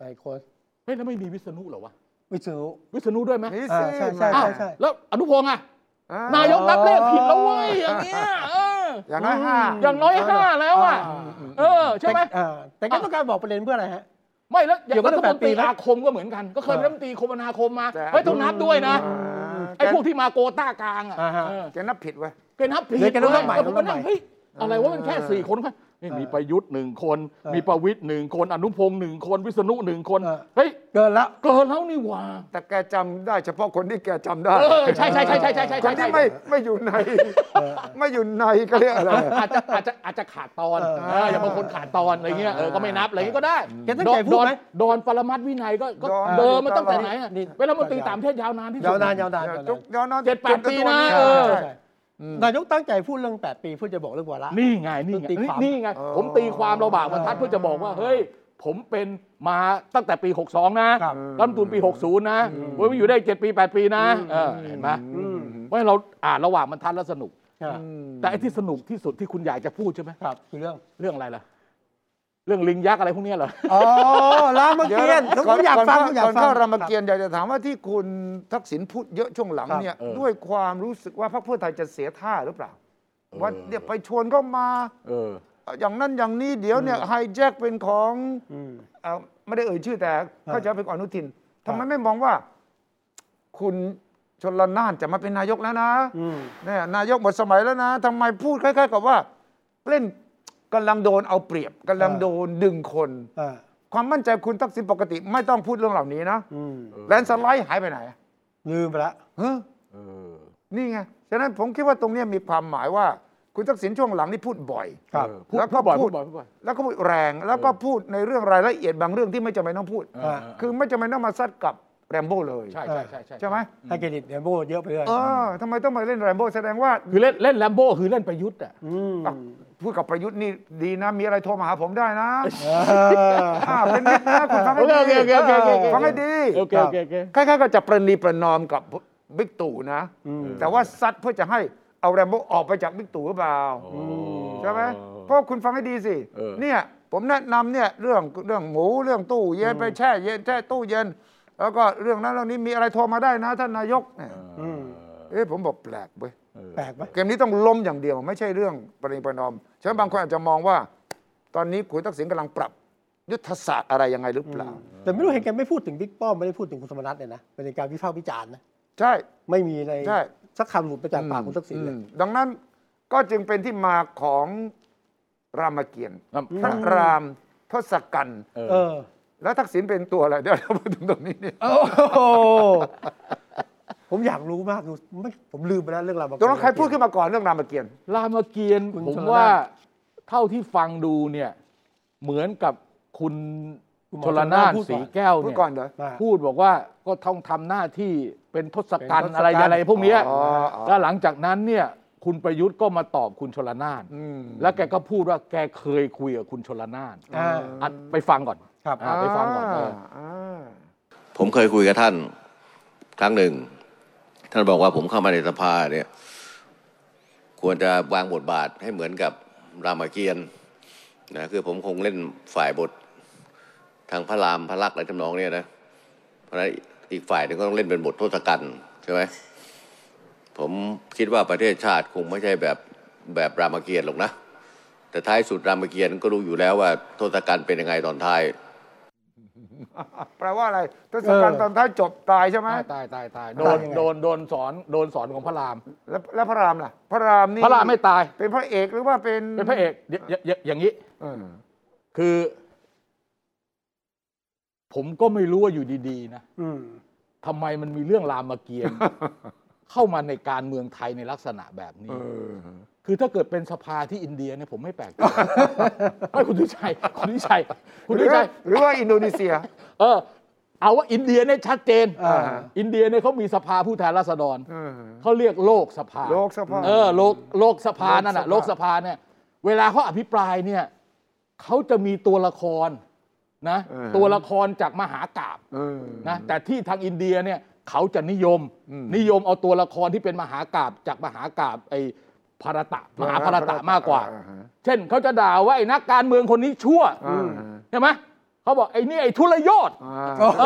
หลายคน เฮ้ยแล้วไม่มีวิษณุเหรอวะ วิศนุ วิษณุด้วยไหม นี่ อ่า สิ ใช่ใช่ อ้าว ใช่ใช่ แล้วอนุพงษ์อ่ะ อ่ นายกรับเลขผิดแล้วเว้ยอย่างเงี้ยเออ อย่างน้อยห้า อย่างน้อยห้าแล้วอ่ะ เออใช่ไหม แต่อ่าแต่ก็ต้องการบอกประเด็นเพื่ออะไรฮะ ไม่แล้วอย่าง เดี๋ยวก็ รั ต้ ฐ องแปดมนต ปี รี นะ อาคมก็เหมือนกัน ก็เคยเป็น อ่า รัฐมนตรีคมนาคมมา แต่ เฮ้ยต้องนับด้วยนะ อ่า ไอ้พวกที่มาโกต้ากลางอ่ะ อ่าฮะ เออ แกนับผิดเว้ย แกนับผิด เดี๋ยวแกต้องนับใหม่ เออผมก็ ต้ นั่ องนับใหม่งเฮ้ยอะไรว่ามันแค่ เออ สี่คนก็นี่มีประยุทธ์หนึ่งคน เออ มีประวิทย์หนึ่งคนอนุพงศ์หนึ่งคนวิษณุหนึ่งคน เออ เฮ้ย เกินละ เกินแล้วนี่หว่า แต่แกจำได้เฉพาะคนที่แกจำได้ เออใช่ใช่ใช่ใช่ใช่ใช่ คน ใช่ ที่ ใช่ ไม่ไม่อยู่ใน ไม่อยู่ในก็เรียกอะไร อาจจะอาจจะอาจจะขาดตอน เออ เอออย่างบางคนขาดตอนอะไรเงี้ยเออก็ไม่นับอะไรเงี้ยก็ได้ แกตั้งใจพูดไหม อนดอนปรมัตถ์วินัยก็ก็ ดอน เดิมมันตั้งแต่ไหนอะ นี่ เป็นรัฐมนตรีต่างประเทศยาวนานที่สุด ยาวนานยาวนานยาวนาน ทุกย้อนนอน เจ็ดแปดปีนะ ใช่ เออ ใช่ ใช่ใช่นายกตั้งใจพูดเรื่อง 8 ปีเพื่อจะบอกเรื่องวาระ นี่ไงนี่ไง ตีความ นี่ไง อ๋อ ผมตีความเราบากบรรทัดเพื่อจะบอกว่า เฮ้ย ผมเป็นมาตั้งแต่ปี 62 นะครับ รัฐธรรมนูนปี 60 นะผมอยู่ได้ 7 ปี 8 ปีนะเออเห็นไหมเพราะฉะนั้นเราอ่านระหว่างบรรทัดแล้วสนุก ครับ แต่ไอ้ที่สนุกที่สุดที่คุณอยากจะพูดใช่ไหม ครับคือเรื่อง เรื่องอะไรล่ะ เรื่องลิงยักษ์อะไรพวกเนี้ยเหรอ อ๋อราม เดี๋ยว เกียรติผมก็อยากฟังผมอยาก ก่อน ฟั เข้าง รามเกียรติอยากจะถามว่าที่คุณทักษิณพูดเยอะช่วงหลังเนี่ย ครับเออ ด้วยความรู้สึกว่าพรรคเพื่อไทยจะเสียท่าหรือเปล่า ออ ว่าเดี๋ยวไปชวนเขามา เออ อย่างนั้นอย่างนี้เดี๋ยวเนี่ยไฮแจ็คเป็นของเอ่อไม่ได้เอ่ยชื่อแต่เข้าใจว่าเป็นของอนุทินทำไมไม่มองว่า คุณชนละนานจะมาเป็นนายกแล้วนะ อืม เนี่ยนายกหมดสมัยแล้วนะทำไมพูดคล้ายๆ กับว่า เล่นกำลังโดนเอาเปรียบกำลังโดนดึงคน อ่า ความมั่นใจคุณทักษิณปกติไม่ต้องพูดเรื่องเหล่านี้นะ อืม แลนด์สไลด์หายไปไหนอะ ลืมไปละ ฮะนี่ไง ฉะนั้นผมคิดว่าตรงเนี้ยมีความหมายว่า คุณทักษิณช่วงหลังนี่พูดบ่อย ครับ เออพูด แล้ว พู ก็ ดบ่อย พู พู ด ดบ่อยพูดบ่อย แล้วก็พูดแรงแล้วก็พูดในเรื่องรายละเอียดบางเรื่องที่ไม่จำเป็นต้องพูด อ่า คือไม่จำเป็นต้องมาซัดกับแรมโบ้เลย ใช่ใช่ใช่ใช่ ใช่ไหม ให้เครดิตเดมโบเยอะไปเลย เออทำไมต้องมาเล่นแรมโบ้แสดงว่า คือเล่นเล่นแลมโบ้คือเล่นประยุทธ์อ่ะ ม อ่ะพูดกับประยุทธ์นี่ดีนะ มีอะไรโทรมาหาผมได้นะ เออ อ่าเป็นมิตรนะคุณฟังให้ดีฟังให้ดี โอเคโอเคโอเค คล้ายๆก็จะประนีประนอมกับบิ๊กตู่นะ แต่ว่าซัดเพื่อจะให้เอาแรมโบ้ออกไปจากบิ๊กตู่หรือเปล่าใช่ไหมเพราะคุณฟังให้ดีสิ เออ เนี่ยผมแนะนำเนี่ยเรื่องเรื่องหมูเรื่องตู้เย็นไปแช่เย็นแช่ตู้เย็น แล้วก็เรื่องนั้นเรื่องนี้มีอะไรโทรมาได้นะท่านนายกเนี่ย อืม เอ๊ะผมบอกแปลกเว้ย แปลกไหม เกมนี้ต้องล้มอย่างเดียว ไม่ใช่เรื่องประนีประนอมฉะนั้นบางคนอาจจะมองว่า ตอนนี้คุณทักษิณกำลังปรับยุทธศาสตร์อะไรยังไงหรือเปล่า แต่ไม่รู้เห็นแกไม่พูดถึงบิ๊กป้อมไม่ได้พูดถึงคุณสมรัตน์เลยนะเป็นการวิพากษ์วิจารณ์นะ ใช่ ไม่มีใน ใช่ สักคำหลุดมาจากปากคุณทักษิณเลย อืมดังนั้นก็จึงเป็นที่มาของรามเกียรติ์ ครับ พระรามทศกัณฐ์ เออ แล้วทักษิณเป็นตัวอะไร เดี๋ยวเราพูดถึงตรงนี้เนี่ย โอ้โหผมอยากรู้มากดูไม่ผมลืมไปแล้วเรื่องราวบาง ตรงนั้นใครพูดขึ้นมาก่อนเรื่องรามเกียรติ์ รามเกียรติ์ผมว่าเท่าที่ฟังดูเนี่ยเหมือนกับคุณชลนานสีแก้ว พูด เนี่ย ก่อนเหรอ มา พูดบอกว่าก็ต้องทำหน้าที่เป็นทศกัณ เป็น ฐ์ ทศกัณฐ์ อะไรอะไรพวกเนี้ย อ๋ออ๋อ แล้วหลังจากนั้นเนี่ยคุณประยุทธ์ก็มาตอบคุณชลนาน อืม แล้วแกก็พูดว่าแกเคยคุยกับคุณชลนาน อ่า อ่ะไปฟังก่อน ครับ อ่ะไปฟังก่อนเออ อ่า ผมเคยคุยกับท่านครั้งหนึ่ง ท่านบอกว่าผมเข้ามาในสภาเนี่ย ควรจะวางบทบาทให้เหมือนกับรามเกียรติ์นะคือผมคงเล่นฝ่ายบททางพระรามพระลักษณ์อะไรทำนองเนี่ยนะเพราะฉะนั้นอีกฝ่ายหนึงก็ต้องเล่นเป็นบททศกัณฐ์ใช่ไหมผมคิดว่าประเทศชาติคงไม่ใช่แบบแบบรามเกียรติ์หรอกนะ แต่ท้ายสุดรามเกียรติ์ก็รู้อยู่แล้วว่าทศกัณฐ์เป็นยังไงตอนท้าย แปลว่าอะไรทศกัณฐ์ เออ ตอนท้ายจบตายใช่ไหม ตายตายตายตายโดน ยังไง โดนโดนสอนโดนสอนของพระราม แล้วแล้วพระรามล่ะ พระรามนี่ พระรามไม่ตาย เป็นพระเอกหรือว่าเป็น เป็นพระเอกเดี๋ยวเดี๋ยวเดี๋ยวอย่างนี้ เออ คือ ผมก็ไม่รู้ว่าอยู่ดีๆนะ อืม ทำไมมันมีเรื่องรามเกียร ติ์ เข้ามาในการเมืองไทยในลักษณะแบบนี้ คือถ้าเกิดเป็นสภาที่อินเดียเนี่ยผมไม่แปลกใจ ไม่คุณทิชัย คุณทิชัยคุณ หรื ทิ อ ชัย หรือว่าอินโดนีเซีย เออ เอาว่าอินเดียเนี่ยชัดเจน อ่า อินเดียเนี่ยเขามีสภาผู้แทนราษฎร เออ เขาเรียกโลกสภา โลกสภา เออโลกโลกสภานั่นน่ะ โล โล ก ก ส ส ภา ภาเนี่ย เวลาเขาอภิปรายเนี่ย เขาจะมีตัวละครนะ เออ ตัวละครจากมหากาบ เออ นะแต่ที่ทางอินเดียเนี่ยเขาจะนิยม อืม นิยมเอาตัวละครที่เป็นมหากาบจากมหากาบไอ้ภารตะมหาภารตะมากกว่า อ่าฮะ เช่นเขาจะด่าว่าไอ้นักการเมืองคนนี้ชั่ว อ่าฮะ ใช่ไหมเขาบอกไอ้นี่ไอ้ทุรยศ อ่า เอ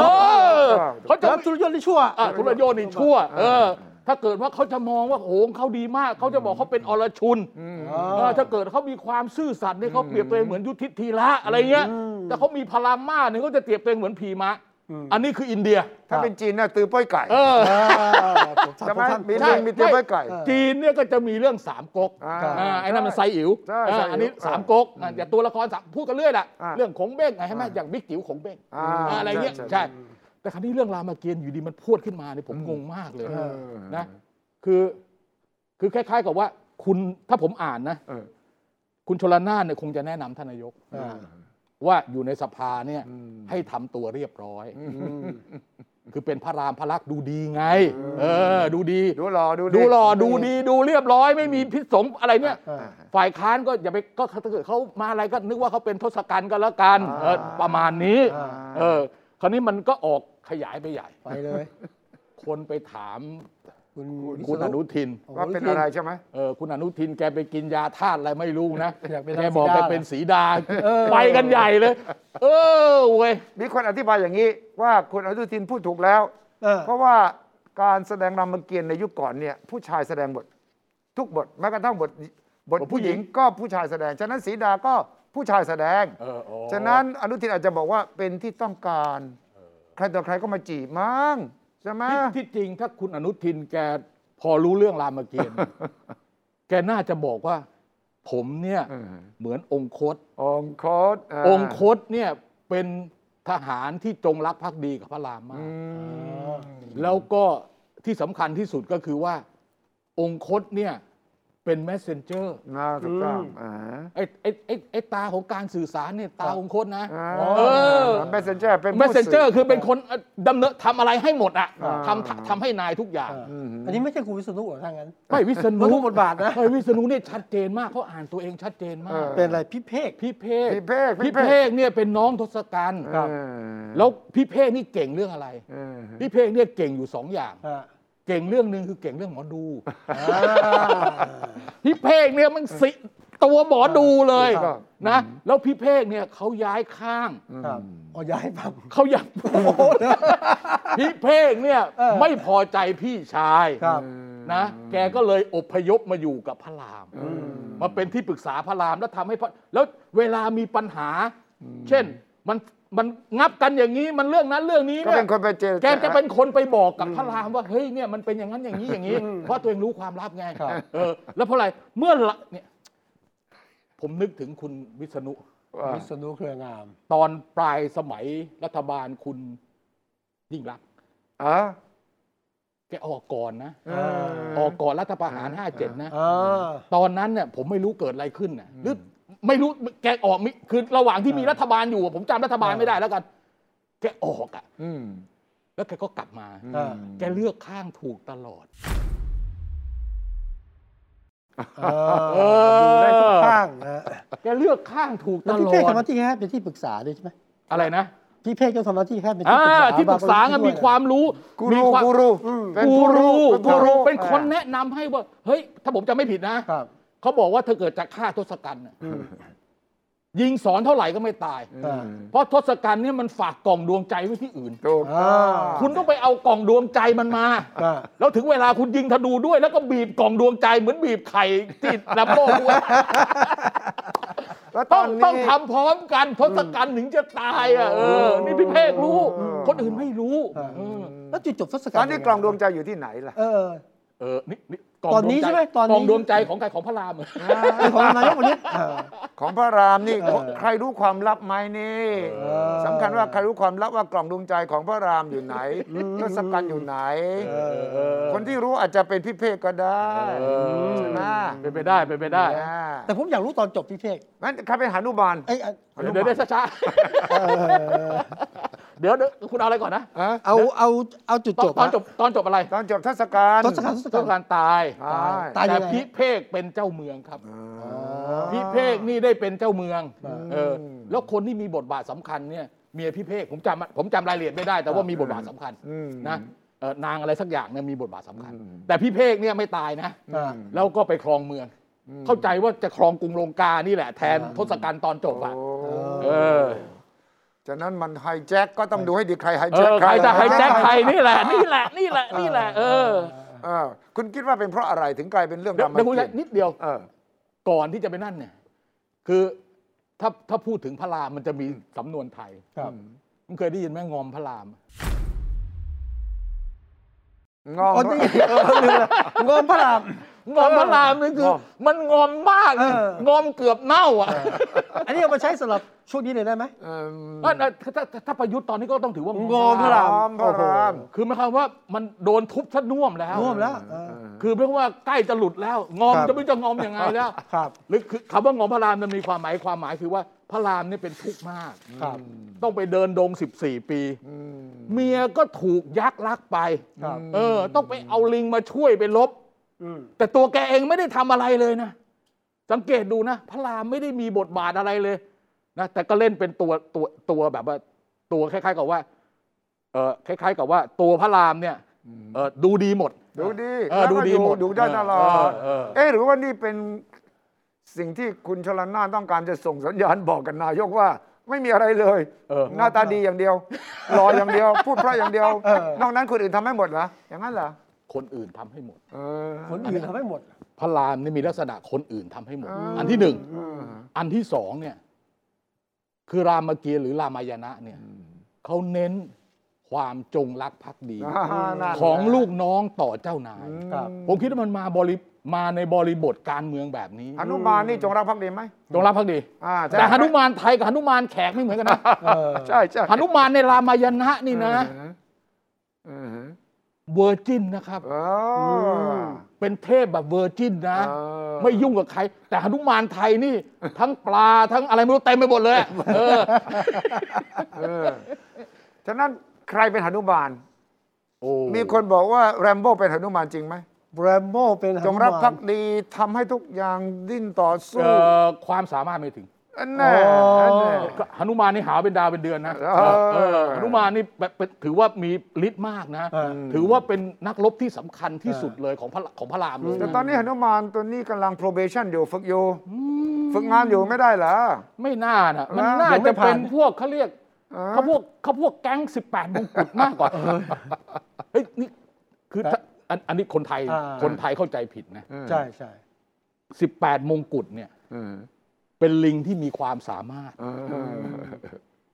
อเขาจะ แล้วจุลยนต์ที่ชั่ว อ่ะทุรโยนนี่ชั่ว เอ อ่า อ ถ้าเกิดว่าเขาจะมองว่าโหงเขาดีมาก เขาจะบอกเขาเป็นอรชุนเออถ้าเกิดเขามีความซื่อสัตย์เนี่ยเขาเปรียบตัวเองเหมือนยุทธิธีระอะไรเงี้ย แต่เขามีพลังมากเนี่ยเขาจะเปรียบตัวเองเหมือนผีมะ อันนี้คืออินเดีย ถ้าเป็นจีนน่ะตือป้อยไก่ เออ ใช่ไหมมี ใช่ ลิงมีตือ ไม่ ป้อยไก่ จีนเนี่ยก็จะมีเรื่องสามก๊ก อ่า อ่าไอ้นั่นมันไซอิ๋ว ใช่ อ่า ไซอิ๋ว อันนี้สามก๊กอ่าแต่ตัวละครสามพูดกันเรื่อยแหละ อ่า เรื่องของเบ้งไงใช่ไหม อ่า อย่างบิ๊กจิ๋วของเบ้ง อ่า อ่าอะไรเงี้ย ใช่ใช่ใช่แต่ครั้นี้เรื่องรามเกียรติ์อยู่ดีมันพรวดขึ้นมาเนี่ยผมงงมากเลย เออ นะคือคือคล้าย ๆ กับว่า คุณถ้าผมอ่านนะ เออ คุณชลนานเนี่ยคงจะแนะนำท่านนายก ว่าอยู่ในสภาเนี่ยให้ทำตัวเรียบร้อย คือเป็นพระรามพระลักษณ์ดูดีไง เออ ดูดี ดูหล่อดู ดูหล่อดูดีดูเรียบร้อย ไม่มีพิษสงอะไรเนี่ย อ่า ฝ่ายค้านก็อย่าไปก็ถ้าเกิดเขามาอะไรก็นึกว่าเขาเป็นทศกัณฐ์ก็แล้วกันเออประมาณนี้ เออ คราวนี้มันก็ออกขยายไปใหญ่ ไปเลย คนไปถาม คุณ คุณอนุทิน ว่าเป็นอะไรใช่ไหม เออคุณอนุทินแกไปกินยาธาตุอะไรไม่รู้นะ อยากเป็น แกบอกแกเป็นสีดา ไปกันใหญ่เลย เออเว้ย มีคนอธิบายอย่างนี้ว่าคุณอนุทินพูดถูกแล้ว เออ เพราะว่าการแสดงรามเกียรติ์ในยุคก่อนเนี่ยผู้ชายแสดงบท ทุกบทแม้กระทั่งบทบท บทผู้ ผู้ ห ห ญิ ญิ ง งก็ผู้ชายแสดง ฉะนั้นสีดาก็ผู้ชายแสดง เอออ๋อ ฉะนั้นอนุทินอาจจะบอกว่าเป็นที่ต้องการ ใครต่อใครก็มาจีบมั้งใช่ไหม ที่ที่จริงถ้าคุณอนุทินแกพอรู้เรื่องรามเกียรติ แกน่าจะบอกว่า ผมเนี่ย เออ เหมือนองคต องค์คตเ องคตเนี่ยเป็นทหารที่จงรักภักดีกับพระรามมาก แล้วก็ที่สำคัญที่สุดก็คือว่า องคตเนี่ยเป็นแมสเซนเจอร์ น่าถูกต้องอ่า ไอ้ไอ้ไอ้ไอ้ตาของการสื่อสารเนี่ยตาของคนนะ เอ เออ อ messenger เป็นผู้ messenger สื่ คือเป็นคนดำเนินทำอะไรให้หมดอ่ะ อ่า ทำทำให้นายทุกอย่าง อันนี้ไม่ใช่คุณวิษณุหรอทางนั้น ไม่วิษณุ มันทุกบทบาทนะ ไม่วิษณุเนี่ยชัดเจนมากเขาอ่านตัวเองชัดเจนมา เอก อ เป็นอะไรพิเภก พี่เพก พี่เพก พี่เพกเนี่ยเป็นน้องทศกัณฐ์ ครับ แล้วพี่เพกนี่เก่งเรื่องอะไร เออ พี่เพกเนี่ยเก่งอยู่สองอย่าง เก่งเรื่องหนึ่งคือเก่งเรื่องหมอดู พี่เพกเนี่ยมันสิตัวหมอดูเลย ครับ นะแล้วพี่เพกเนี่ยเขาย้ายข้าง ครับเอาย้ายปั๊บ เขาอยากพี่เพ่งเนี่ยไม่พอใจพี่ชาย ครับ นะ แกก็เลยอพยพมาอยู่กับพระรามมาเป็นที่ปรึกษาพระรามแล้วทำให้พระแล้วเวลามีปัญหา เช่นมันมันงับกันอย่างนี้มันเรื่องนั้นเรื่องนี้ ก็ เนี่ยเป็นคนไปเจรจา แกจะเป็นคนไปบอกกับพระรามว่าเฮ้ยเนี่ยมันเป็นอย่างนั้นอย่างนี้อย่างนี้เพราะตัวเองรู้ความลับไง ครับ เออ แล้วเพราะอะไรเมื่อละเนี่ยผมนึกถึงคุณวิษณุ วิษณุเครืองาม ตอนปลายสมัยรัฐบาลคุณยิ่งรักษณ์ อ่า แกออกก่อนนะ เออ ออกก่อนรัฐประหาร 57 นะ อ่า ตอนนั้นเนี่ยผมไม่รู้เกิดอะไรขึ้นนะหรือไม่รู้แกออกมิคือระหว่างที่มีรัฐบาลอยู่อะผมจำรัฐบาลไม่ได้แล้วกัน แกออกอ่ะแล้วแกก็กลับมา อ่า แกเลือกข้างถูกตลอด อ่า เออ ดูได้ทุกข้างนะฮะ แกเลือกข้างถูกต แล้ว ล พี่ อ เภกทำห ด น้าที่แค่เป็นที่ปรึกษาด้วยใช่ไหม อะไรนะ พี่เภกก็ทำหน้าที่แค่เป็น อ่า ที่ ที่ปรึกษา บ ไง งน มีความรู้ กู มี รู ความ กูรูเป็น กู ผู้ รู เป็น กู ผู้ รู รู้ เป็นคน อ่า แนะนำให้ว่าเฮ้ย ถ้าผมจำไม่ผิดนะ ครับ เขาบอกว่าถ้าเกิดจะฆ่าทศกัณฐ์น่ะยิงสอนเท่าไหร่ก็ไม่ตาย อ่า เพราะทศกัณฐ์เนี่ยมันฝากกล่องดวงใจไว้ที่อื่น ถูกต้ อ่า อง คุณต้องไปเอากล่องดวงใจมันมา อ่า แล้วถึงเวลาคุณยิงธนูด้วย แล้วก็บีบกล่องดวงใจเหมือนบีบไข่ที่ลำโพงด้วย แล้วต ต้ อ อง น ต้อ นี้ งทำพร้อมกันทศกัณฐ์ถึงจะตายอ่ะเออ นี่พี่เภกรู้ เออ คนอื่นไม่รู้เออ แล้วจุดจบทศกัณฐ์ ตอนนี้กล่องดวงใจอยู่ที่ไหนล่ะ เออ เออนี่นี่ก ตอนนี้ใช่ไหมตอนนี้ กล่องดวงใจของใครของพระรามเหรอ เป็นของนายกวันนี้อ่า ของพระรามนี่ เออ ใครรู้ความลับไหมนี่สำคัญว่าใครรู้ความลับว่ากล่องดวงใจของพระรามอยู่ไหนทศกัณฐ์อยู่ไหน คนที่รู้อาจจะเป็นพี่เพกก็ได้ใช่ไหม เป็นไปได้เป็นไปได้ อ่า แต่ผมอยากรู้ตอนจบพี่เภก งั้นใครเป็นหานุบาล ไอ้ยอ่ะ เดี๋ยวเดี๋ยวเดี๋ยวช้า เออ ๆเดี๋ยวเดี๋ยวคุณเอาอะไรก่อนนะ ฮะ เอาเอาเอาจุด ตอน จบ ตอนจบตอนจบอะไร ตอนจบทศกัณฐ์ ทศกัณฐ์ทศ ต้ กั อ ณ ง ฐ์ การตาย ใช่ ตาย แต่ ยังไง พิเภกเป็นเจ้าเมืองครับ อ่า พี่เภกนี่ได้เป็นเจ้าเมือง อืม เออแล้วคนที่มีบทบาทสำคัญเนี่ยเมียพี่เภกผมจำผมจำรายละเอียดไม่ได้ แต่ว่ามีบทบาทสำคัญ อืม นะเอ่อนางอะไรสักอย่างเนี่ยมีบทบาทสำคัญ แต่พี่เภกเนี่ยไม่ตายนะ อ่า แล้วก็ไปครองเมือง เข้าใจว่าจะครองกรุงลงกานี่แหละแทนทศกัณฐ์ตอนจบอ่ะเออ ฉะนั้นมันไฮแจ็คก็ต้องดูให้ดีใครไฮ เอ แจ็ค อใครจะให้แจ็คใครนี่แหละ นี่แหละ นี่แหละ นี่แหละ เออ เออคุณคิดว่าเป็นเพราะอะไรถึงกลายเป็นเรื่อง เดี๋ย ราว มา เดี๋ยวคุณ เกียรติ นิดเดียว เออ ก่อนที่จะไปนั่นเนี่ย คือถ้าถ้าพูดถึงพระรามมันจะมีสำนวนไทย ครับ มันเคยได้ยินไหมงอมพระราม งอ อ๋อนี่เออลืมละ งอมพระราม งอมพระรามนี่คือ มันงอมมาก เออ งอมเกือบเน่าอ่ะ อันนี้เอามาใช้สำหรับช่วงนี้เลยได้ไหม เออ เออถ้าถ้าถ้าประยุทธ์ตอนนี้ก็ต้องถือว่าง งอมพระราม พระราม คือหมายความว่ามันโดนทุบซะน่วมแล้ว ร่วมแล้วเออ คือเพราะว่าใกล้จะหลุดแล้ว งอม ครับ จะไม่รู้จะงอมยังไงแล้ว ครับ หรือคือคำว่างอมพระรามมันมีความหมายความหมายคือว่าพระรามเนี่ยเป็นทุกข์มาก ครับ ต้องไปเดินดง 14 ปี เมียก็ถูกยักษ์ลักไป ครับ เออ ต้องไปเอาลิงมาช่วยไปลบ อืม แต่ตัวแกเองไม่ได้ทำอะไรเลยนะ สังเกตดูนะ พระรามไม่ได้มีบทบาทอะไรเลยนะแต่ก็เล่นเป็นตัวตัวตัวแบบว่าตัวคล้าย ๆ กับว่าเออคล้าย ๆ กับว่าตัวพระรามเนี่ยเออดูดีหมด ดูดี เออ แล้วก็ ดูดีหมด ดูได้ตลอด เออเออ เอ๊ะหรือว่านี่เป็นสิ่งที่คุณชลนานต้องการจะส่งสัญญาณบอกกันนายกว่า ไม่มีอะไรเลย เออ หน้าตาดีอย่างเดียวหล่ออย่างเดียว พูดเพราะอย่างเดียว เออ นอกนั้นคนอื่นทำให้หมดเหรออย่างนั้นเหรอ คนอื่นทำให้หมด เออ คนอื่นทำให้หมด พระรามเนี่ยมีลักษณะคนอื่นทำให้หมด อ่า อันที่หนึ่ง เออ อันที่สองเนี่ย คือรามเกียรติหรือรามายณะเนี่ยเขาเน้นความจงรักภักดี นั่น ของลูกน้องต่อเจ้านาย ครับ ผมคิดว่ามันมาบริมาในบริบทการเมืองแบบนี้ อนุบาลนี่จงรักภักดีไหม จงรักภักดี อ่าใช่ แต่หนุมานไทยกับหนุมานแขกไม่เหมือนกันนะ เออ ใช่ใช่ หนุมานในรามายณะนี่นะ เออเออ เวอร์จินนะครับ เออ เป็นเทพแบบเวอร์จินนะ เออ ไม่ยุ่งกับใคร แต่หนุมานไทยนี่ ทั้งปลาทั้งอะไรไม่รู้เต็มไปหมดเลยอะเออ เออฉะนั้นใครเป็นหนุบาล โอ้ มีคนบอกว่าแรมโบ้เป็นหนุมานจริงไหม แบรมโบเป็นหนุมาน จงรักภักดีทำให้ทุกอย่างดิ้นต่อสู้ เอ่อความสามารถไม่ถึง อันแน่อันแน่ ก็หนุมานนี่หาวเป็นดาวเป็นเดือนนะ เออ เออหนุมานนี่แบบเป็นถือว่ามีฤทธิ์มากนะ เออ ถือว่าเป็นนักรบที่สำคัญที่สุดเลยของพระของพระรามเลย แต่ นะ ตอนนี้หนุมานตัวนี้กำลัง probation อยู่ฝึกอยู่ฝึกงานอยู่ไม่ได้เหรอ ไม่น่านะมัน เออ น่า ยังไม่ จะ ผ่า เป็น นพวกเขาเรียกเขาพวกเขาพวกแก๊ง 18มงกุฎมากกว่าเฮ้ยนี่คือถ้าอันอันนี้คนไทย อ่า คนไทยเข้าใจผิดนะ ใช่ใช่ 18มงกุฎเนี่ยเป็นลิงที่มีความสามารถ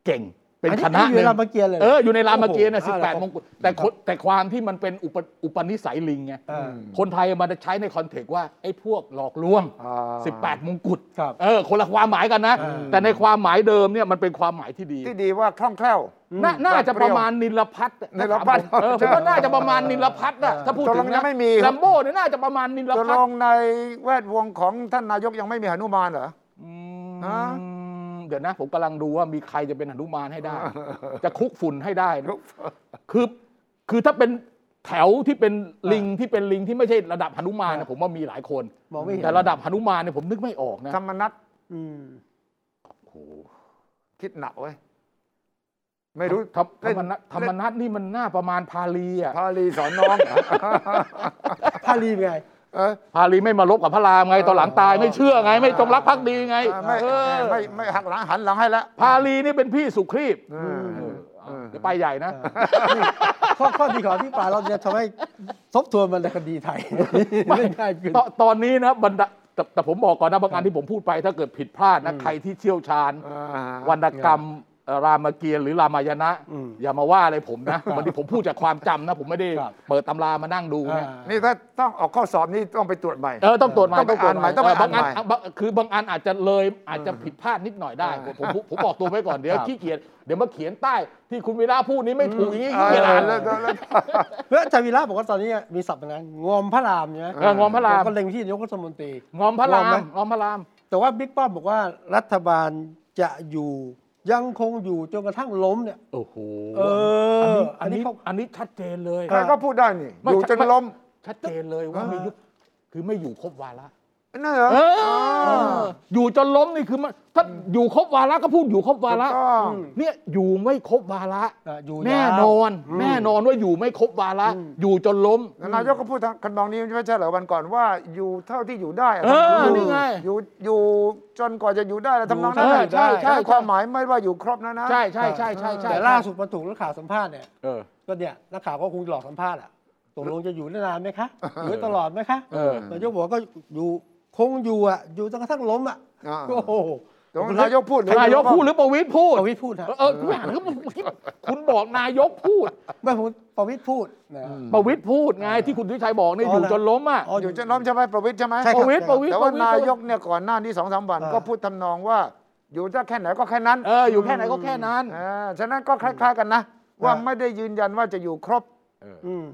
เก่งเป็นคณะ อั ห อยู่ นึ่ ใน ง รามเกียรติเลย เอออยู่ในรามเกียรตินะ โอ้ สิบ โห แป อ่า ด แล้ว มงกุฎแต่คนแต่ความที่มันเป็นอุปอุปนิสัยลิงไง อ่า คนไทยมันจะใช้ในคอนเทกต์ว่า ไอ้พวกหลอกลวง อ่า 18 มงกุฎ ครับ เออ คนละความหมายกันนะ อืม แต่ในความหมายเดิมเนี่ยมันเป็นความหมายที่ดี ที่ดีว่าคล่องแคล่ว น่าน่าจะประมาณนิลพัฒน์ นิลพัฒน์ เออผมว่าน่าจะประมาณนิลพัฒน์นะถ้าพูดถึ ตกลง ง ยั นะ งไม่มี แลมโบ้เนี่ยน่าจะประมาณนิล จะล พัฒ ง น์ ในแวดวงของท่านนายกยังไม่มีหนุมานเหรอ อื ฮะ มเดี๋ยวนะ ผมกำลังดูว่ามีใครจะเป็นหนุมานให้ได้ จะคุกฝุ่นให้ได้นะ คือคือถ้าเป็นแถวที่เป็นลิงที่เป็นลิงที่ไม่ใช่ระดับหนุมานนะผมว่ามีหลายคน มองไม่เห็น แต่ระดับหนุมานเนี่ยผมนึกไม่ออกนะ ธรรมนัต อืม คิดหนักเว้ยไม่รู้ ธรรมธรรมนัตธรรมนัตนี่มันหน้าประมาณพาลีอ่ะ พาลีสอน น้อง พาลีเป็นไง เออ พาลีไม่มารบกับพระรามไงตอนหลังตายไม่เชื่อไง ไม่จงรักภักดีไง อ่าไม่ เออ ไม่ไม่หักหลังหันหลังให้แล้ว พาลีนี่เป็นพี่สุครีพ เออ เออเดี๋ยวไปใหญ่นะ ข้อ ข้อดีของพี่ปรายเราจะทำให้ทบทวนมันในคดีไทย ไม่ง่ายเกิน ตอนตอนนี้นะบรรดาแต่แต่ผมบอกก่อนนะบางอันที่ผมพูดไปถ้าเกิดผิดพลาดนะใครที่เชี่ยวชาญ อ่าว รรณกรรมเอ่อรามเกียรติ์หรือรามายณะ อืม อย่ามาว่าอะไรผมนะ วันนี้ผมพูดจากความจำนะ ผมไม่ได้ ครับ เปิดตำรามานั่งดูนะ นี่ถ้าต้องออกข้อสอบนี่ต้องไปตรวจใหม่ เออต้องตรวจใหม่ ต้องไปอ่านใหม่ต้องไปอ่านใหม่ เบงบงคือบางอันอาจจะเลยอาจจะผิดพลาดนิดหน่อยได้ ผมผมผมผมบอกตัวไว้ก่อนเดี๋ยวขี้เกียจเดี๋ยวมาเขียนใต้ที่คุณวีระพูดนี้ไม่ถูกอย่างนี้ เอ ขี้ อ เกียจอ่าน แล้วแล้วแล้ว เพื่ออาจารย์วีระบอกว่าตอนนี้มีศัพท์นะงอมพระรามใช่ไหม เอองอมพระราม ผมก็เล็งที่นายกรัฐมนตรี งอมพระราง อมไหม มงอมพระราม แต่ว่าบิ๊กป้อมบอกว่ารัฐบาลจะอยู่ยังคงอยู่จนกระทั่งล้มเนี่ย โอ้โห เอออั อัน นนี้ นี้ เขา อันนี้ชัดเจนเลย ใครก็พูดได้นี่ อยู่จนล้ม ชัดเจนเลยว่าไม่ยุบคือไม่อยู่ครบวาระ นั่นเหรอ เออ อ อยู่จนล้มนี่คือมันถ้าอยู่ครบวาระก็พูดอยู่ครบวาระ ถูกต้อง เนี่ยอยู่ไม่ครบวาระ เอ่ออยู่ แน่ ยาว นอนแน่นอนว่าอยู่ไม่ครบวาระอยู่จนล้ม นายกก็พูดทางคันองนี้ไม่ใช่เหรอวันก่อนว่าอยู่เท่าที่อยู่ได้ะ เออ อยู่ นี่ไง อยู่อยู่จนกว่าจะอยู่ได้แล้วทำนองนั้น อยู่ น่ะ ใช่ใช่ใช่ ห้ความหมายไม่ว่าอยู่ครบนะนะ ใช่ใช่ใช่ใช่ใช่ แต่ล่าสุดมันถูกนักข่าวสัมภาษณ์เนี่ย เออ ก็เนี่ยนักข่าวก็คงหลอกสัมภาษณ์อ่ะตกลงจะอยู่ได้นานไหมคะอยู่ตลอดไหมคะ เออ นายกบอกก็อยู่คงอยู่อ่ะอยู่จนกระทั่งล้มอ่ะ อ่า โอ้โห ตรงนายกพูดหรือน ายกพูดหรือประวิตรพูด ประวิตรพูดฮะ เออเออคุณอ่านแล้วคุณบอกนายกพูด ไม่ผมประวิตรพูดนะ ประวิตรพูดไงที่คุณทิชัยบอกเนี่ย อ๋ อ อเหรอ ยู่จนล้มอ่ะ อยู่จะล้มใช่ไหมประวิตรใช่ไหม ใช่ ประวิตรประวิตร แต่ว่า ประตร นายกเนี่ยก่อนหน้านี้สองสามวัน อ่า ก็พูดทำนองว่า อยู่จะแค่ไหนก็แค่นั้น เอออยู่แค่ไหนก็แค่นั้น อ่าฉะนั้นก็คล้ายๆกันนะ ว่าไม่ได้ยืนยันว่าจะอยู่ครบ อืม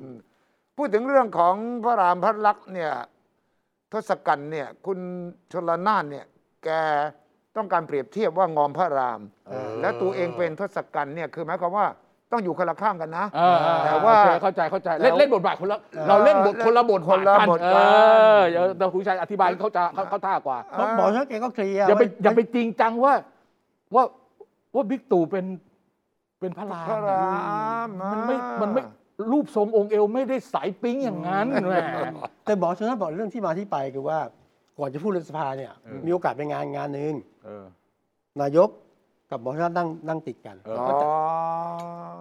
พูดถึงเรื่องของพระรามพระลักษมณ์เนี่ยทศกัณฐ์เนี่ยคุณชนลนานเนี่ยแกต้องการเปรียบเทียบว่างอมพระราม และตัวเองเป็นทศกัณฐ์เนี่ยคือหมายความว่าต้องอยู่คนละข้างกันนะ เออเออ แต่ว่า โอเคเข้าใจเข้าใจเล่น แต่ว่า เล่นบทบาทคนละเราเล่นบทคนละบท คนละบท เอ กัน อเดี๋ยวเดี๋ยวคุณชัยอธิบายเขาจะเขาเขาท่ากว่า เพราะหมอชนแกก็เคลียร์ อย่าไป ว้ อย่าไปจริงจังว่า ว่าว่าบิ๊กตู่เป็นเป็นพระราม พระราม มันไม่มันไม่รูปทรงองค์เอวไม่ได้สายปิ๊งอย่างนั้นแหม แต่หมอชนบอกเรื่องที่มาที่ไปคือว่าก่อนจะพูดเรื่องสภาเนี่ย เออ มีโอกาสไปงานงานหนึ่ง เออน ายกกับหมอชนนั่งนั่งติดกัน อ๋อ ก็จัด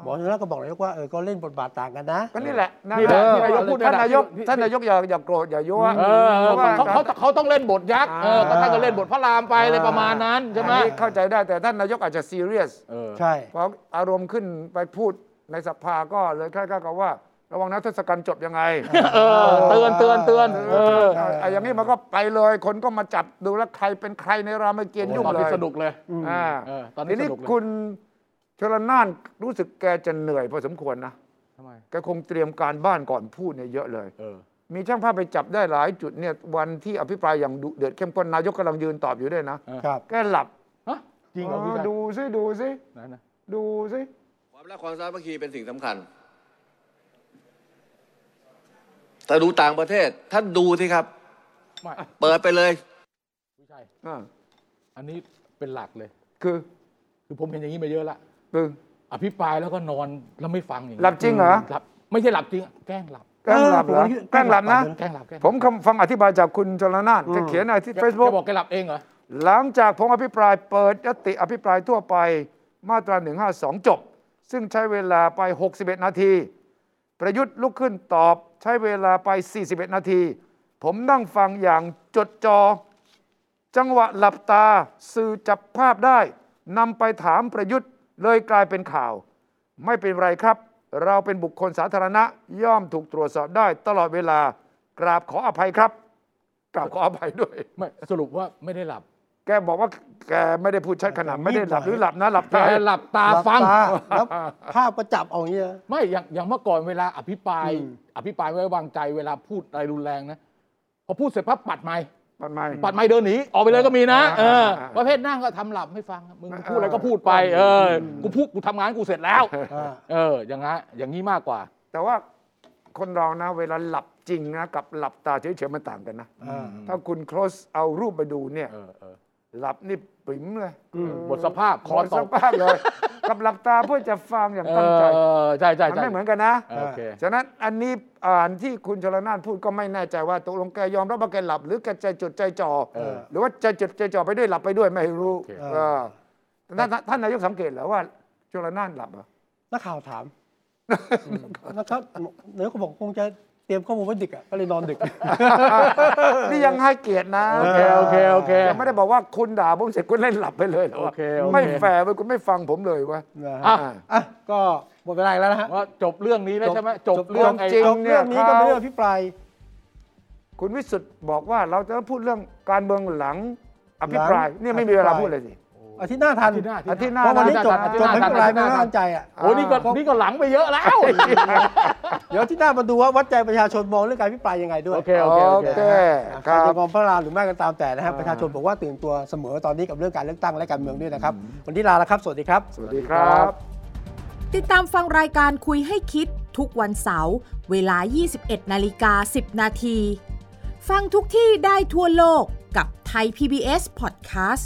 หมอชนก็บอกนายกว่าเออก็เล่นบทบาทต่างกันนะ ก็นี่แหละ นี่แหละ เออ ที่นายกพูด ท่านนายก นี่ ท่านนายกอย่าอย่าโกรธอย่ายั่ว เออ เพราะว่า เขาเขาเขาต้องเล่นบทยักษ์เออ อ่า ก็ท่านก็เล่นบทพระรามไปอะไรประมาณนั้นใช่ไหม อันนี้เข้าใจได้แต่ท่านนายกอาจจะซีเรียส เออ ใช่ พออารมณ์ขึ้นไปพูดในสภาก็เลยคล้ายๆกับว่า ระวังนะทศกัณฐ์จบยังไง เออเตือนเตือนเตือนเออ เอาเอาอย่างนี้มันก็ไปเลยคนก็มาจับดูแล้วใครเป็นใครในรามเกียรติ์ยุ่ง ตอน เล นี้ ย สนุกเลย อ่า เออตอนนี้ ทีนี้ สนุกเลย คุณชลนานรู้สึกแกจะเหนื่อยพอสมควรนะ ทำไม แกคงเตรียมการบ้านก่อนพูดเนี่ยเยอะเลย เออ มีช่างภาพไปจับได้หลายจุดเนี่ยวันที่อภิปรายอย่างดุเดือดเข้มข้นนายกกำลังยืนตอบอยู่ด้วยนะ ครับ แกหลับ ฮะจริงเหรอพี่ เออ ชาย ดูซิดูซิ ไหนนะ ดูซิ ความรักความสามัคคีเป็นสิ่งสำคัญ ถ้าดูต่างประเทศ ท่านดูสิครับ ไม่ เปิดไปเลย พี่ชาย อ่า อันนี้เป็นหลักเลย คือ คือผมเห็นอย่างนี้มาเยอะละ คือ อภิปรายแล้วก็นอนแล้วไม่ฟังอย่างนี้ หลับจริงเหรอ หลับไม่ใช่หลับจริงอะแกล้งหลับ แกล้งหลับเหรอ เออผมว่า แกล้งหลับนะ แกล้งหลับแกล้งห ผ ลับ มคำฟังอธิบายจากคุณจรนานแกเขียนในที่ แก Facebook แกบอกแกหลับเองเหรอ หลังจากผมอภิปรายเปิดยติอภิปรายทั่วไปมาตรา 152 จบ ซึ่งใช้เวลาไป 61 นาที ประยุทธ์ลุกขึ้นตอบใช้เวลาไป 41 นาที ผมนั่งฟังอย่างจดจอ จังหวะหลับตาสื่อจับภาพได้นำไปถามประยุทธ์เลยกลายเป็นข่าว ไม่เป็นไรครับ เราเป็นบุคคลสาธารณะ ย่อมถูกตรวจสอบได้ ตลอดเวลากราบขออภัยครับกราบขออภัยด้วย ไม่สรุปว่าไม่ได้หลับ แกบอกว่าแกไม่ได้พูดชัดขนาด ไม่ได้หลับหรือหลับนะ หลับ แก ตา หลับตาฟัง าแล้วภาพก็จับเอาอย่างเงี้ย ไม่อย่างอย่างเมื่อก่อนเวลาอภิปราย อืม อภิปรายไว้วางใจเวลาพูดอะไรรุนแรงนะ พอพูดเสร็จปั๊บปัดไม้ ปัดไมค์ ปัดไม้เดินหนีออกไปเลยก็มีนะ เออ อ่า ประเภทนั่งก็ทำหลับไม่ฟังมึง อ่า พูดอะไรก็พูดไป เออ กูพูดกูทำงานกูเสร็จแล้ว อ่า เออ อย่างงั้นอย่างนี้มากกว่า แต่ว่าคนเรานะ เวลาหลับจริงนะ กับหลับตาเฉยๆมันต่างกันนะ อ่า ถ้าคุณคลสเอารูปไปดูเนี่ย เออเออ หลับนี่ปิ๋มเลย หมดสภาพค ค อ อ ต ส ก ภาพเลย กับหลับตาเพื่อจะฟังอย่าง เอ ตั้งใจ อใช่ใช่ มัน ใช่ ไม่เหมือนกันนะ โอเค ฉะนั้นอันนี้อ่านที่คุณชลนานพูดก็ไม่แน่ใจว่าตกลงแกยอมรับว่าแกหลับ หรือแกใจจดใจจ่อ เออ หรือว่าใจจดใจจ่อไปด้วยหลับไปด้วยไม่รู้ โอเค เออท่านท่านท่านนายกสังเกตเหรอว่าชลนานหลับเหรอ นักข่าวถามแล้วก็เนื้อก็บอกคงจะเตรียมข้อมูลไว้ดึกอ่ะก็เลยนอนดึก นี่ยังให้เกียรตินะ โอเคโอเคโอเค ยังไม่ได้บอกว่าคุณด่าผมเสร็จคุณเล่นหลับไปเลยเหรอวะ โอเคโอเค ไม่แฟร์เว้ยคุณไม่ฟังผมเลยวะ นะ อ่ะ ฮะอ่ะก็หมดเวลาอีกแล้วนะฮะ ว่าจบเรื่องนี้แล้วใช่ไหมจบ จบ เรื่องไอ้ จริง จบเรื่องนี้ก็เป็นเรื่องอภิปราย คุณวิสุทธ์บอกว่าเราจะพูดเรื่องการเมืองหลังอภิปราย หลัง เนี่ยไม่มีเวลาพูดเลยสิ อาทิตย์หน้าทัน อาทิตย์หน้า อาทิตย์หน้า เพราะวันนี้จบ อาทิตย์ จบหอน้าทัน ภิปราย อาทิตย์ห ไม่ น้าทัน น่าใจอ่ะ โอ้นี่ก็นี่ก็หลังไปเยอะแล้ว เดี๋ยวอาที่หน้ามาดูว่าวัดใจประชาชนมองเรื่องการอภิปรายยังไงด้วย โอเค โอเคโอเค อ่ะใคคร รับ จะมองพระรามหรือไม่ก็ตามแต่นะครับประชาชนบอกว่าตื่นตัวเสมอตอนนี้กับเรื่องการเลือกตั้งและการเมืองด้วยนะครับวันนี้ลาแล้วครับสวัสดีครับ สวัสดีครับ ติดตามฟังรายการคุยให้คิดทุกวันเสาร์เวลา 21 นาฬิกา 10 นาที ฟังทุกที่ได้ทั่วโลกกับไทย PBS Podcast